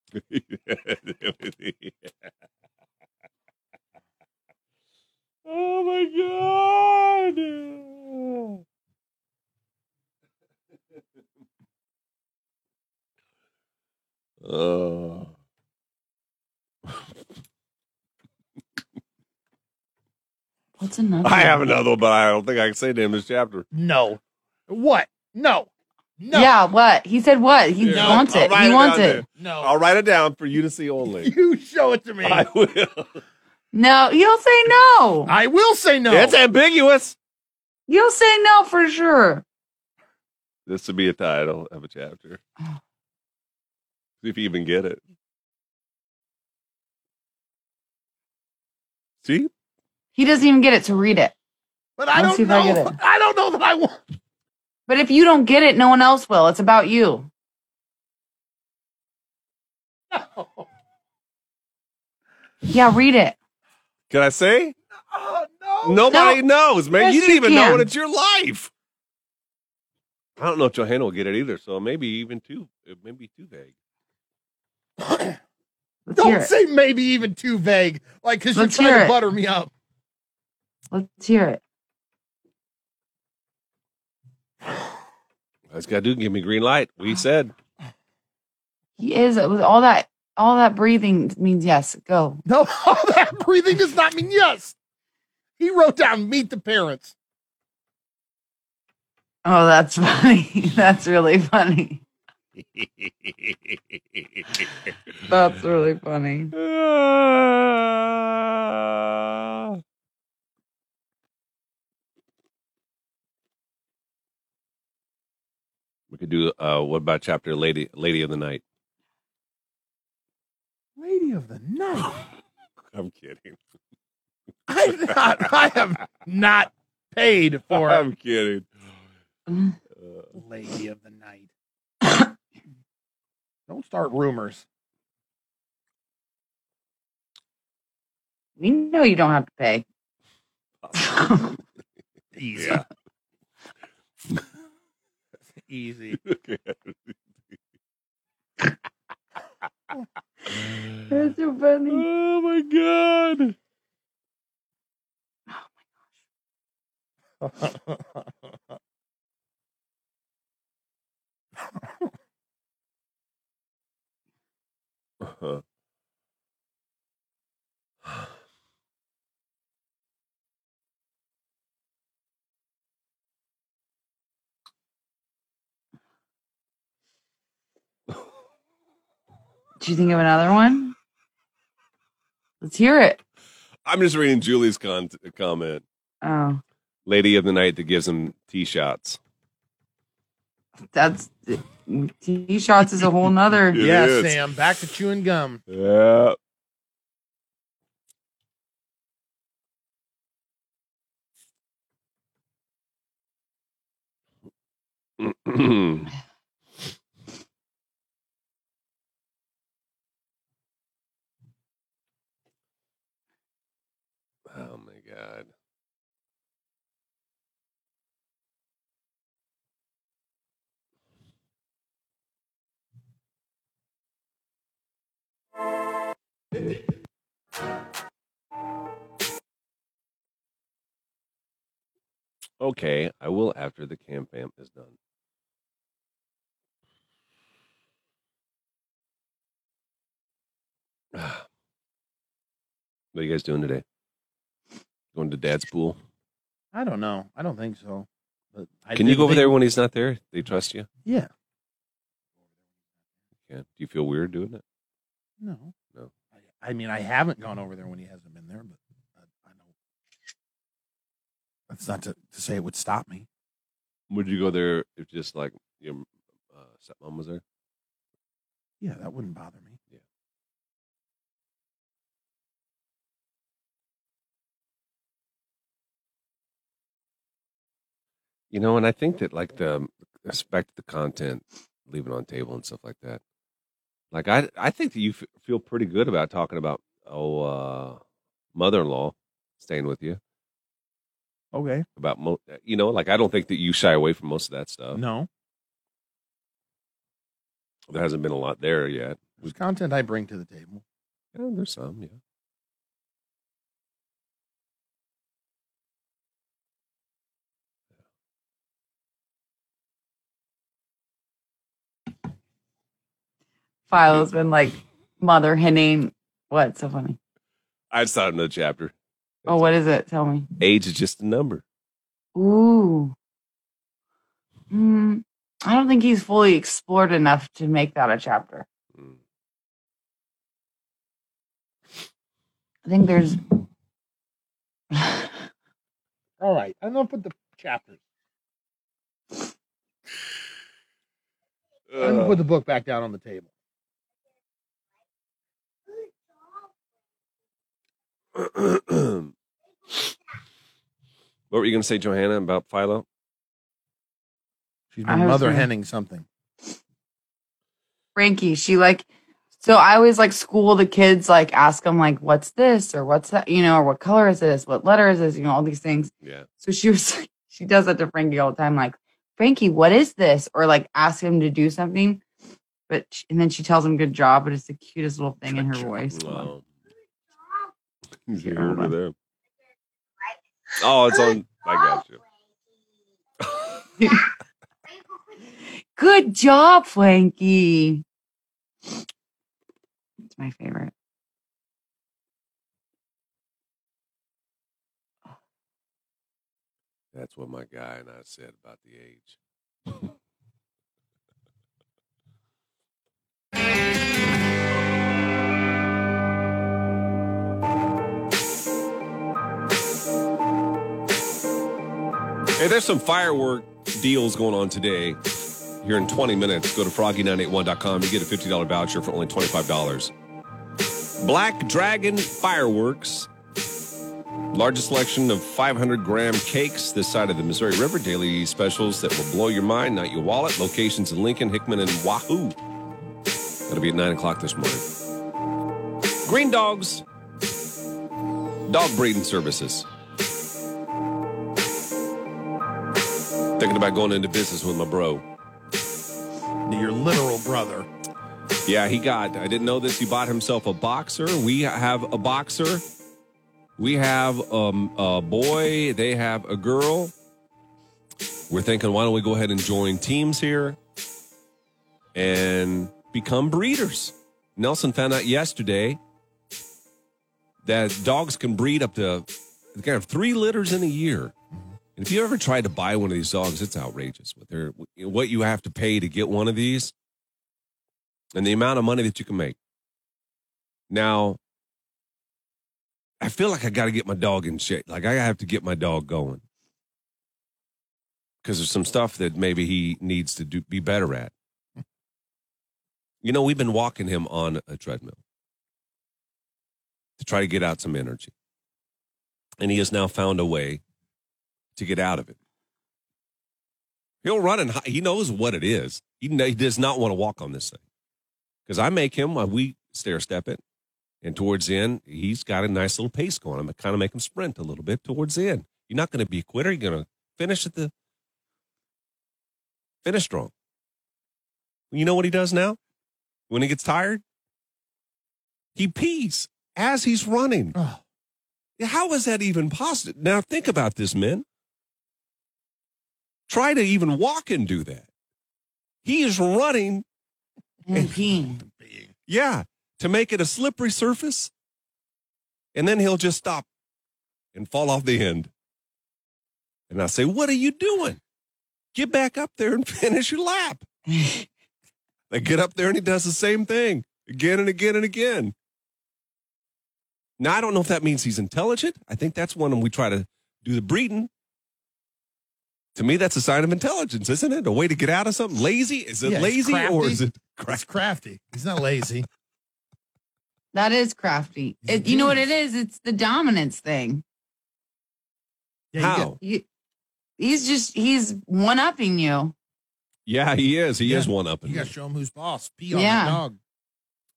[SPEAKER 1] oh my god. Oh.
[SPEAKER 3] What's another?
[SPEAKER 1] I have
[SPEAKER 3] one?
[SPEAKER 1] another one, but I don't think I can say it in this chapter.
[SPEAKER 2] No. What? No. No.
[SPEAKER 3] Yeah, what? He said what? He
[SPEAKER 2] No,
[SPEAKER 3] wants it. He wants it.
[SPEAKER 2] No.
[SPEAKER 1] I'll write it down for you to see only.
[SPEAKER 2] You show it to me.
[SPEAKER 1] I will.
[SPEAKER 3] No, you'll say no.
[SPEAKER 2] I will say no.
[SPEAKER 1] That's ambiguous.
[SPEAKER 3] You'll say no for sure.
[SPEAKER 1] This would be a title of a chapter. See if you even get it. See?
[SPEAKER 3] He doesn't even get it to read it.
[SPEAKER 2] But I
[SPEAKER 3] Let's
[SPEAKER 2] don't
[SPEAKER 3] see if
[SPEAKER 2] know.
[SPEAKER 3] I
[SPEAKER 2] I,
[SPEAKER 3] get it.
[SPEAKER 2] don't know that I want.
[SPEAKER 3] But if you don't get it, no one else will. It's about you.
[SPEAKER 2] No.
[SPEAKER 3] Yeah, read it.
[SPEAKER 1] Can I say?
[SPEAKER 2] Oh, no.
[SPEAKER 1] Nobody knows, man.
[SPEAKER 3] Yes,
[SPEAKER 1] you didn't
[SPEAKER 3] you
[SPEAKER 1] even
[SPEAKER 3] can.
[SPEAKER 1] know it. It's your life. I don't know if Johanna will get it either, so maybe even too it may be too vague.
[SPEAKER 3] Let's hear
[SPEAKER 2] Don't
[SPEAKER 3] it.
[SPEAKER 2] say maybe even too vague. Like, because you're
[SPEAKER 3] Let's
[SPEAKER 2] trying
[SPEAKER 3] hear
[SPEAKER 2] to
[SPEAKER 3] it.
[SPEAKER 2] butter me up.
[SPEAKER 3] Let's hear it.
[SPEAKER 1] All it's gotta do give me green light. We said
[SPEAKER 3] He is with all that all that breathing means yes. Go.
[SPEAKER 2] No, all that breathing does not mean yes. He wrote down meet the parents.
[SPEAKER 3] Oh, that's funny. that's really funny. That's really funny.
[SPEAKER 1] we could do uh what about chapter Lady Lady of the Night?
[SPEAKER 2] Lady of the night.
[SPEAKER 1] I'm kidding.
[SPEAKER 2] I have not, I have not paid for it.
[SPEAKER 1] I'm kidding.
[SPEAKER 2] Lady of the night. Don't start rumors.
[SPEAKER 3] We know you don't have to pay.
[SPEAKER 2] Easy.
[SPEAKER 1] Yeah.
[SPEAKER 2] Easy.
[SPEAKER 3] That's so funny.
[SPEAKER 1] oh my god. Uh-huh.
[SPEAKER 3] Do you think of another one? Let's hear it.
[SPEAKER 1] I'm just reading Julie's con- comment.
[SPEAKER 3] Oh,
[SPEAKER 1] Lady of the night that gives him T shots.
[SPEAKER 3] that's T shots is a whole nother.
[SPEAKER 1] It
[SPEAKER 2] yeah,
[SPEAKER 1] is.
[SPEAKER 2] Sam, back to chewing gum.
[SPEAKER 1] Yeah. Oh oh my god. Okay, I will after the camp vamp is done. Ah. What are you guys doing today? Going to dad's pool?
[SPEAKER 2] I don't know. I don't think so. But I
[SPEAKER 1] Can you
[SPEAKER 2] did
[SPEAKER 1] go over
[SPEAKER 2] think-
[SPEAKER 1] there when he's not there? They trust you?
[SPEAKER 2] Yeah.
[SPEAKER 1] Yeah. Do you feel weird doing it?
[SPEAKER 2] No.
[SPEAKER 1] No.
[SPEAKER 2] I, I mean, I haven't gone over there when he hasn't been there, but I, I don't. That's not to, to say it would stop me.
[SPEAKER 1] Would you go there if just like your uh, stepmom was there?
[SPEAKER 2] Yeah, that wouldn't bother me.
[SPEAKER 1] You know, and I think that like the respect the content, leave it on table and stuff like that. Like I, I think that you f- feel pretty good about talking about oh uh, mother-in-law staying with you
[SPEAKER 2] Okay.
[SPEAKER 1] about mo- uh, you know like I don't think that you shy away from most of that stuff.
[SPEAKER 2] No.
[SPEAKER 1] There hasn't been a lot there yet.
[SPEAKER 2] There's content I bring to the table.
[SPEAKER 1] Yeah, there's some, yeah.
[SPEAKER 3] Philo's been like mother henning. What? So funny.
[SPEAKER 1] I just thought of another chapter.
[SPEAKER 3] Oh, what is it? Tell me.
[SPEAKER 1] Age is just a number.
[SPEAKER 3] Ooh. Hmm. I don't think he's fully explored enough to make that a chapter.
[SPEAKER 1] Mm.
[SPEAKER 3] I think there's
[SPEAKER 2] All right, enough with the chapters. I'm gonna put the book back down on the table.
[SPEAKER 1] what were you going to say, Johanna, about Philo?
[SPEAKER 2] She's
[SPEAKER 3] I
[SPEAKER 2] been
[SPEAKER 3] was
[SPEAKER 2] mother
[SPEAKER 3] gonna-
[SPEAKER 2] henning something.
[SPEAKER 3] Frankie. She like so I always like school the kids, like ask them like what's this or what's that, you know, or what color is this, what letter is this, you know, all these things.
[SPEAKER 1] Yeah.
[SPEAKER 3] So she was like, she does that to Frankie all the time, like, Frankie, what is this? Or like ask him to do something. But sh- and then she tells him good job, but it's the cutest little thing in her voice.
[SPEAKER 1] Wow. Here over there. Oh, it's on. I got you.
[SPEAKER 3] Good job, Frankie. It's my favorite.
[SPEAKER 1] That's what my guy and I said about the age. Hey, there's some firework deals going on today. Here in 20 minutes, go to froggy981.com. You get a $50 voucher for only $25. Black Dragon Fireworks. Largest selection of 500 gram cakes this side of the Missouri River. Daily specials that will blow your mind, not your wallet. Locations in Lincoln, Hickman, and Wahoo. That'll be at 9 o'clock this morning. Green Dogs. Dog breeding services. Thinking about going into business with my bro.
[SPEAKER 2] Your literal brother.
[SPEAKER 1] Yeah, he got. I didn't know this. He bought himself a boxer. We have a boxer. We have um, a boy. They have a girl. We're thinking, why don't we go ahead and join teams here and become breeders? Nelson found out yesterday that dogs can breed up to they can have three litters in a year. And if you ever tried to buy one of these dogs, it's outrageous what they're what you have to pay to get one of these and the amount of money that you can make. Now, I feel like I got to get my dog in shape. Like I have to get my dog going because there's some stuff that maybe he needs to do be better at. You know, we've been walking him on a treadmill to try to get out some energy, and he has now found a way to get out of it. He'll run and hi- he knows what it is. He, kn- he does not want to walk on this thing because I make him. uh, We stair step it, and towards the end, he's got a nice little pace going. I'm gonna kind of make him sprint a little bit towards the end. You're not gonna be a quitter. You're gonna finish at the finish strong. You know what he does now? When he gets tired, he pees as he's running. How is that even possible? Now think about this, men. Try to even walk and do that. He is running
[SPEAKER 3] And peeing.
[SPEAKER 1] yeah, to make it a slippery surface. And then he'll just stop and fall off the end. And I say, What are you doing? Get back up there and finish your lap. I get up there and he does the same thing again and again and again. Now, I don't know if that means he's intelligent. I think that's when we try to do the breeding. To me, that's a sign of intelligence, isn't it? A way to get out of something. Lazy? Is it
[SPEAKER 2] Yeah, he's
[SPEAKER 1] lazy or
[SPEAKER 2] crafty.
[SPEAKER 1] is it
[SPEAKER 2] He's crafty. He's not lazy.
[SPEAKER 3] That is crafty.
[SPEAKER 2] He's a
[SPEAKER 3] It, you know what it is? It's the dominance thing.
[SPEAKER 2] Yeah, you
[SPEAKER 1] how?
[SPEAKER 3] You, he's just he's one upping you.
[SPEAKER 1] Yeah, he is. He is one up.
[SPEAKER 2] got- You got to show him who's boss. Pee on
[SPEAKER 3] Yeah.
[SPEAKER 2] the dog.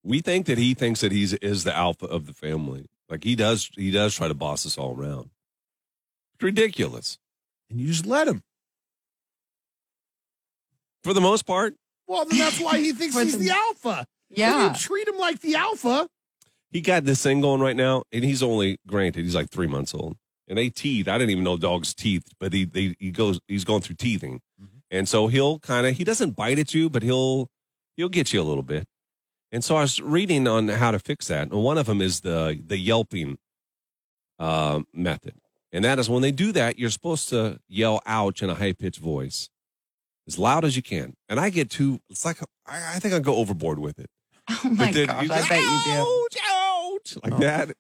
[SPEAKER 1] We think that he thinks that he's is the alpha of the family. Like he does, he does try to boss us all around. It's ridiculous
[SPEAKER 2] And you just let him.
[SPEAKER 1] for the most part.
[SPEAKER 2] Well, then that's why he thinks
[SPEAKER 3] For
[SPEAKER 2] he's
[SPEAKER 3] the-
[SPEAKER 2] the alpha. When
[SPEAKER 3] Yeah.
[SPEAKER 2] you treat him like the alpha.
[SPEAKER 1] He got this thing going right now, and he's only granted he's like three months old, and they teeth. I didn't even know dogs teeth, but he they, he goes he's going through teething, and so he'll kind of he doesn't bite at you, but he'll he'll get you a little bit. And so I was reading on how to fix that, and one of them is the the yelping uh, method, and that is when they do that, you're supposed to yell "ouch" in a high pitched voice. as loud as you can. And I get too, it's like, I, I think I go overboard with it.
[SPEAKER 3] Oh my gosh, I bet you do.
[SPEAKER 1] do. Like that.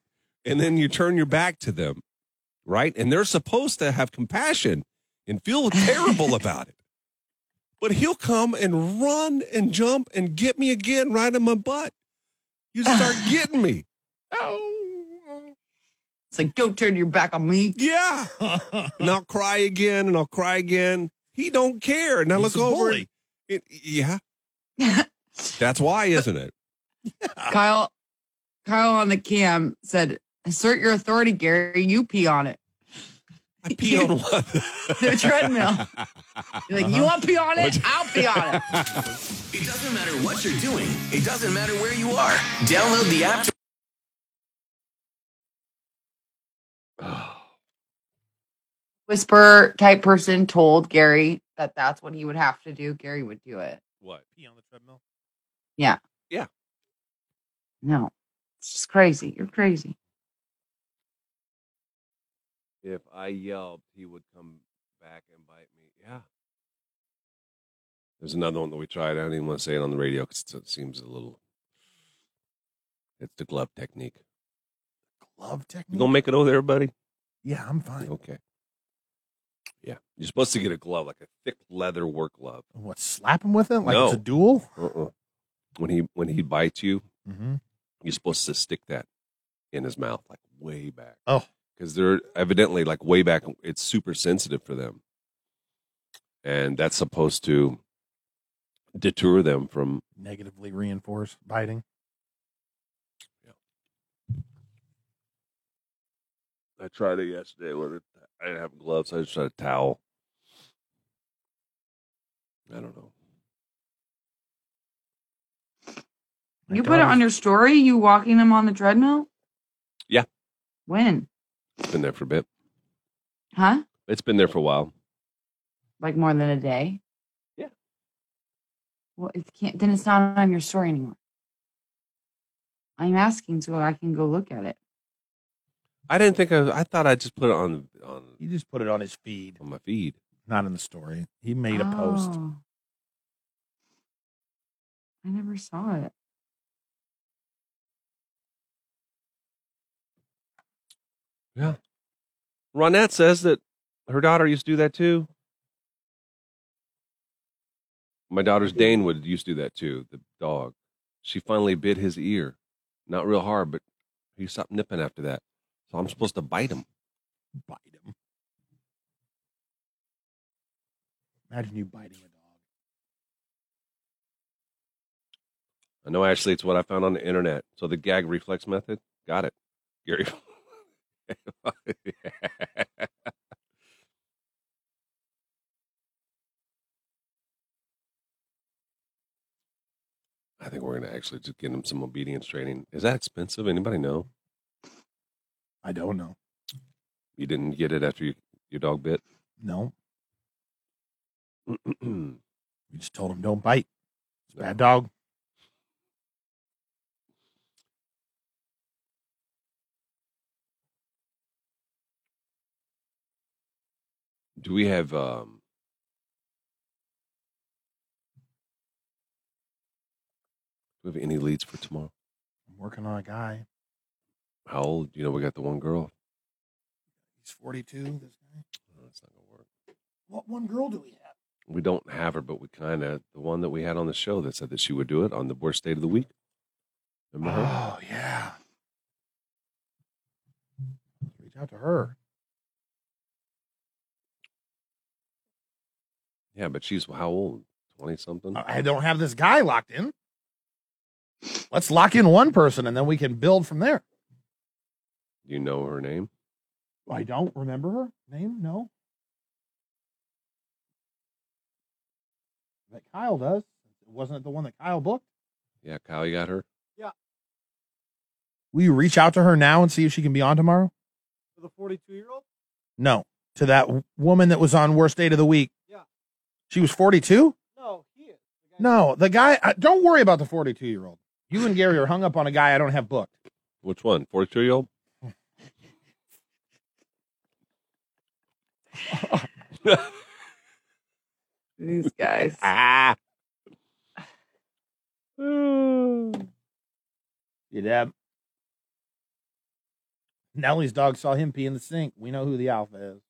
[SPEAKER 1] And then you turn your back to them, right? And they're supposed to have compassion and feel terrible about it. But he'll come and run and jump and get me again right in my butt. You start getting me. Oh.
[SPEAKER 3] It's like, don't turn your back on me.
[SPEAKER 1] Yeah. and I'll cry again and I'll cry again. He don't care. Now
[SPEAKER 10] He's
[SPEAKER 1] look
[SPEAKER 10] a
[SPEAKER 1] over.
[SPEAKER 10] bully.
[SPEAKER 1] and- it- yeah. That's why, isn't it?
[SPEAKER 3] Kyle, Kyle on the cam said, "Assert your authority, Gary. You pee on it.
[SPEAKER 1] I pee on one.
[SPEAKER 3] The treadmill. You're like, you want pee on it?
[SPEAKER 1] Uh-huh.
[SPEAKER 3] I'll pee on it."
[SPEAKER 4] It doesn't matter what you're doing. It doesn't matter where you are. Download the app. To-
[SPEAKER 3] Whisper type person told Gary that that's what he would have to do. Gary would do it.
[SPEAKER 1] What?
[SPEAKER 2] Pee on the treadmill.
[SPEAKER 3] Yeah.
[SPEAKER 1] Yeah.
[SPEAKER 3] No, it's just crazy. You're crazy.
[SPEAKER 11] If I yelled, he would come back and bite me. Yeah.
[SPEAKER 1] There's another one that we tried. I don't even want to say it on the radio because it seems a little. It's the glove technique.
[SPEAKER 2] Glove
[SPEAKER 1] You
[SPEAKER 2] technique.
[SPEAKER 1] gonna make it over there, buddy?
[SPEAKER 2] yeah, I'm fine.
[SPEAKER 1] Okay. Yeah, you're supposed to get a glove, like a thick leather work glove.
[SPEAKER 2] What? Slap him with it like it's a
[SPEAKER 1] No.
[SPEAKER 2] duel.
[SPEAKER 1] Uh-uh. When he when he bites you,
[SPEAKER 2] Mm-hmm.
[SPEAKER 1] you're supposed to stick that in his mouth, like way back.
[SPEAKER 2] Oh.
[SPEAKER 1] because they're evidently like way back. It's super sensitive for them, and that's supposed to deter them from.
[SPEAKER 2] Negatively reinforced biting.
[SPEAKER 11] I tried it yesterday when I didn't have gloves. I just had a towel.
[SPEAKER 1] I don't know.
[SPEAKER 3] you put it
[SPEAKER 2] oh,
[SPEAKER 3] on your story. You walking them on the treadmill.
[SPEAKER 1] Yeah.
[SPEAKER 3] When?
[SPEAKER 1] It's been there for a bit.
[SPEAKER 3] Huh?
[SPEAKER 1] It's been there for a while.
[SPEAKER 3] Like more than a day.
[SPEAKER 1] Yeah.
[SPEAKER 3] Well, it can't. Then it's not on your story anymore. I'm asking so I can go look at it.
[SPEAKER 1] I didn't think I. I thought I just put it on on
[SPEAKER 2] He just put it on his feed,
[SPEAKER 1] on my feed.
[SPEAKER 2] not in the story. He made a post.
[SPEAKER 3] Oh. I never saw it.
[SPEAKER 1] Ronette says that her daughter used to do that too. My daughter's Danewood used to do that too. The dog, she finally bit his ear, not real hard, but he stopped nipping after that. So I'm supposed to bite him.
[SPEAKER 2] Bite him. Imagine you biting a dog.
[SPEAKER 1] I know actually it's what I found on the internet. So the gag reflex method, got it, Gary. I think we're gonna actually just get him some obedience training. Is that expensive? Anybody know?
[SPEAKER 2] I don't know.
[SPEAKER 1] You didn't get it after you, your dog bit.
[SPEAKER 2] No,
[SPEAKER 1] That's
[SPEAKER 2] we just told him don't bite. It's a bad dog.
[SPEAKER 1] Do we have um do we have any leads for tomorrow?
[SPEAKER 2] I'm working on a guy.
[SPEAKER 1] How old? You know, we got the one girl.
[SPEAKER 2] He's 42. This guy.
[SPEAKER 1] Oh, that's not gonna work.
[SPEAKER 2] What one girl do we have?
[SPEAKER 1] We don't have her, but we kind of the one that we had on the show that said that she would do it on the worst date of the week. Remember her?
[SPEAKER 2] Oh yeah. Let's reach out to her.
[SPEAKER 1] Yeah, but she's how old? Twenty something.
[SPEAKER 2] I I don't have this guy locked in. Let's lock in one person and then we can build from there.
[SPEAKER 1] Do you know her name?
[SPEAKER 2] I don't remember her name. No. That Kyle does. Wasn't it the one that Kyle booked?
[SPEAKER 1] Yeah, Kyle, you got her.
[SPEAKER 2] Will you reach out to her now and see if she can be on tomorrow?
[SPEAKER 5] For the 42 year old?
[SPEAKER 2] No. To that w- woman that was on worst date of the week.
[SPEAKER 5] Yeah.
[SPEAKER 2] She was 42?
[SPEAKER 5] No, he is. The guy-
[SPEAKER 2] No, the guy. I, don't worry about the 42 year old. You and Gary are hung up on a guy I don't have booked.
[SPEAKER 1] Which one? Forty-two year old.
[SPEAKER 3] These guys.
[SPEAKER 1] Ah.
[SPEAKER 2] You dab. Nellie's dog saw him pee in the sink. We know who the alpha is.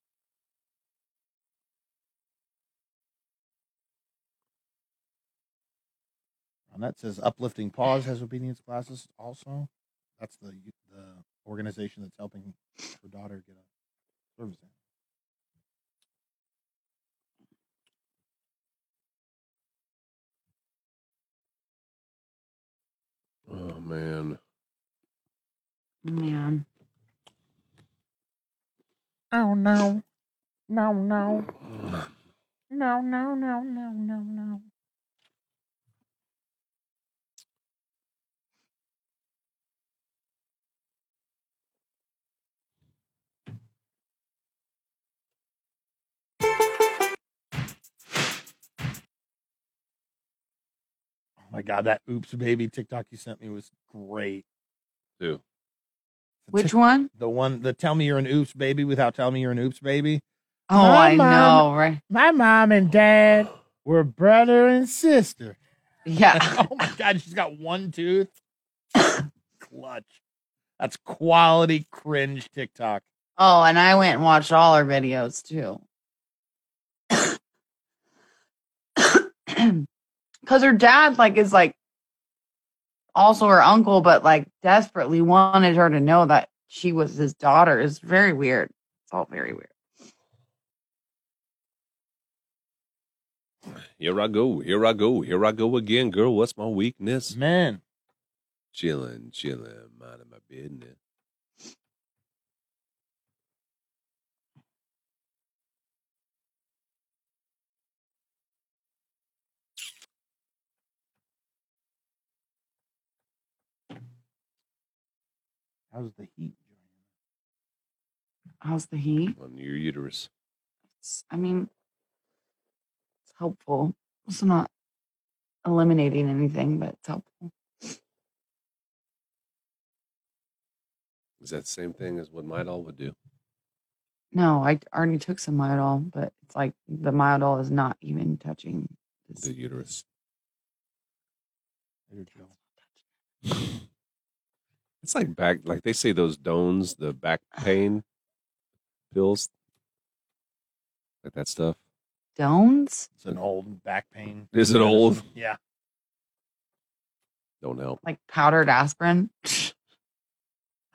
[SPEAKER 2] And that says uplifting paws has obedience classes also. That's the the organization that's helping her daughter get a service. animal.
[SPEAKER 1] Oh man.
[SPEAKER 3] Man.
[SPEAKER 2] Oh no. No, no. No, no, no, no, no, no. Oh my god, that oops baby TikTok you sent me was great.
[SPEAKER 1] Who?
[SPEAKER 3] Which one?
[SPEAKER 2] The one the tell me you're an oops baby without telling me you're an oops baby.
[SPEAKER 3] Oh,
[SPEAKER 2] My
[SPEAKER 3] I
[SPEAKER 2] mom-
[SPEAKER 3] know, right?
[SPEAKER 2] My mom and dad were brother and sister.
[SPEAKER 3] Yeah.
[SPEAKER 2] oh my god, she's got one tooth. Clutch. That's quality cringe TikTok.
[SPEAKER 3] Oh, and I went and watched all her videos too. Cause her dad like is like also her uncle, but like desperately wanted her to know that she was his daughter. It's very weird. It's all very weird.
[SPEAKER 1] Here I go. Here I go. Here I go again, girl. What's my weakness?
[SPEAKER 2] Man,
[SPEAKER 1] Chilling, chilling, minding my business.
[SPEAKER 2] how's the heat?
[SPEAKER 3] How's the heat?
[SPEAKER 1] On your uterus.
[SPEAKER 3] It's, I mean, it's helpful. It's not eliminating anything, but it's helpful.
[SPEAKER 1] Is that the same thing as what Midol would do?
[SPEAKER 3] No, I already took some Myodol, but it's like the Myodol is not even touching
[SPEAKER 1] The uterus.
[SPEAKER 2] There you go.
[SPEAKER 1] It's like back, like they say those dones, the back pain pills, like that stuff.
[SPEAKER 3] Dones?
[SPEAKER 2] It's an old back pain.
[SPEAKER 1] Is it old?
[SPEAKER 2] Yeah.
[SPEAKER 1] Don't help.
[SPEAKER 3] Like powdered aspirin?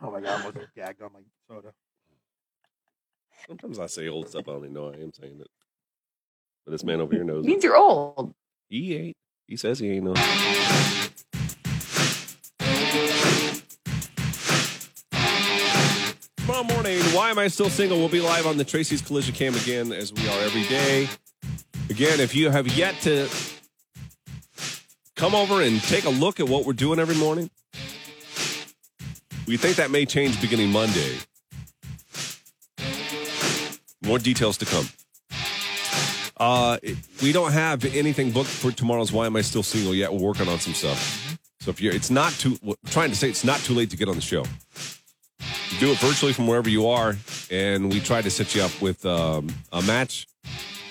[SPEAKER 2] Oh my god, I almost gagged on my soda.
[SPEAKER 1] Sometimes I say old stuff. I don't even know I am saying it. But this man over here knows.
[SPEAKER 3] It
[SPEAKER 1] it.
[SPEAKER 3] means you're old.
[SPEAKER 1] He ain't. He says he ain't no. Tomorrow morning, Why Am I Still Single? We'll be live on the Tracy's Collision Cam again, as we are every day. Again, if you have yet to come over and take a look at what we're doing every morning, we think that may change beginning Monday. More details to come. Uh, it- we don't have anything booked for tomorrow's Why Am I Still Single yet. We're working on some stuff. So if you're, it's not too, we're trying to say it's not too late to get on the show. Do it virtually from wherever you are, and we try to set you up with um, a match,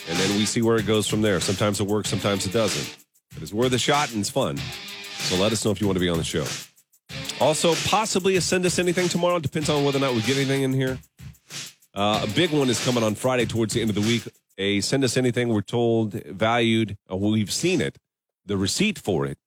[SPEAKER 1] and then we see where it goes from there. Sometimes it works, sometimes it doesn't. But it's worth a shot and it's fun. So let us know if you want to be on the show. Also, possibly send us anything tomorrow. Depends on whether or not we get anything in here. Uh, a big one is coming on Friday towards the end of the week. A send us anything we're told, valued, uh, we've seen it, the receipt for it.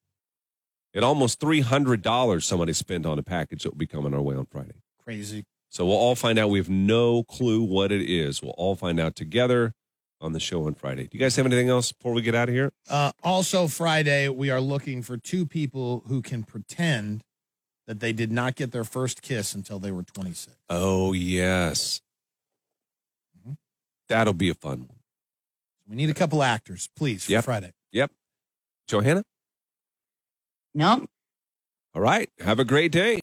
[SPEAKER 1] At almost $300 somebody spent on a package that will be coming our way on Friday.
[SPEAKER 2] Crazy.
[SPEAKER 1] So we'll all find out. We have no clue what it is. We'll all find out together on the show on Friday. Do you guys have anything else before we get out of here?
[SPEAKER 2] Uh, also, Friday, we are looking for two people who can pretend that they did not get their first kiss until they were 26.
[SPEAKER 1] Oh, yes.
[SPEAKER 2] Mhm.
[SPEAKER 1] Mm-hmm. That'll be a fun one.
[SPEAKER 2] We need a couple actors, please, for
[SPEAKER 1] Yep.
[SPEAKER 2] Friday.
[SPEAKER 1] Johanna?
[SPEAKER 3] Nope.
[SPEAKER 1] All right. Have a great day.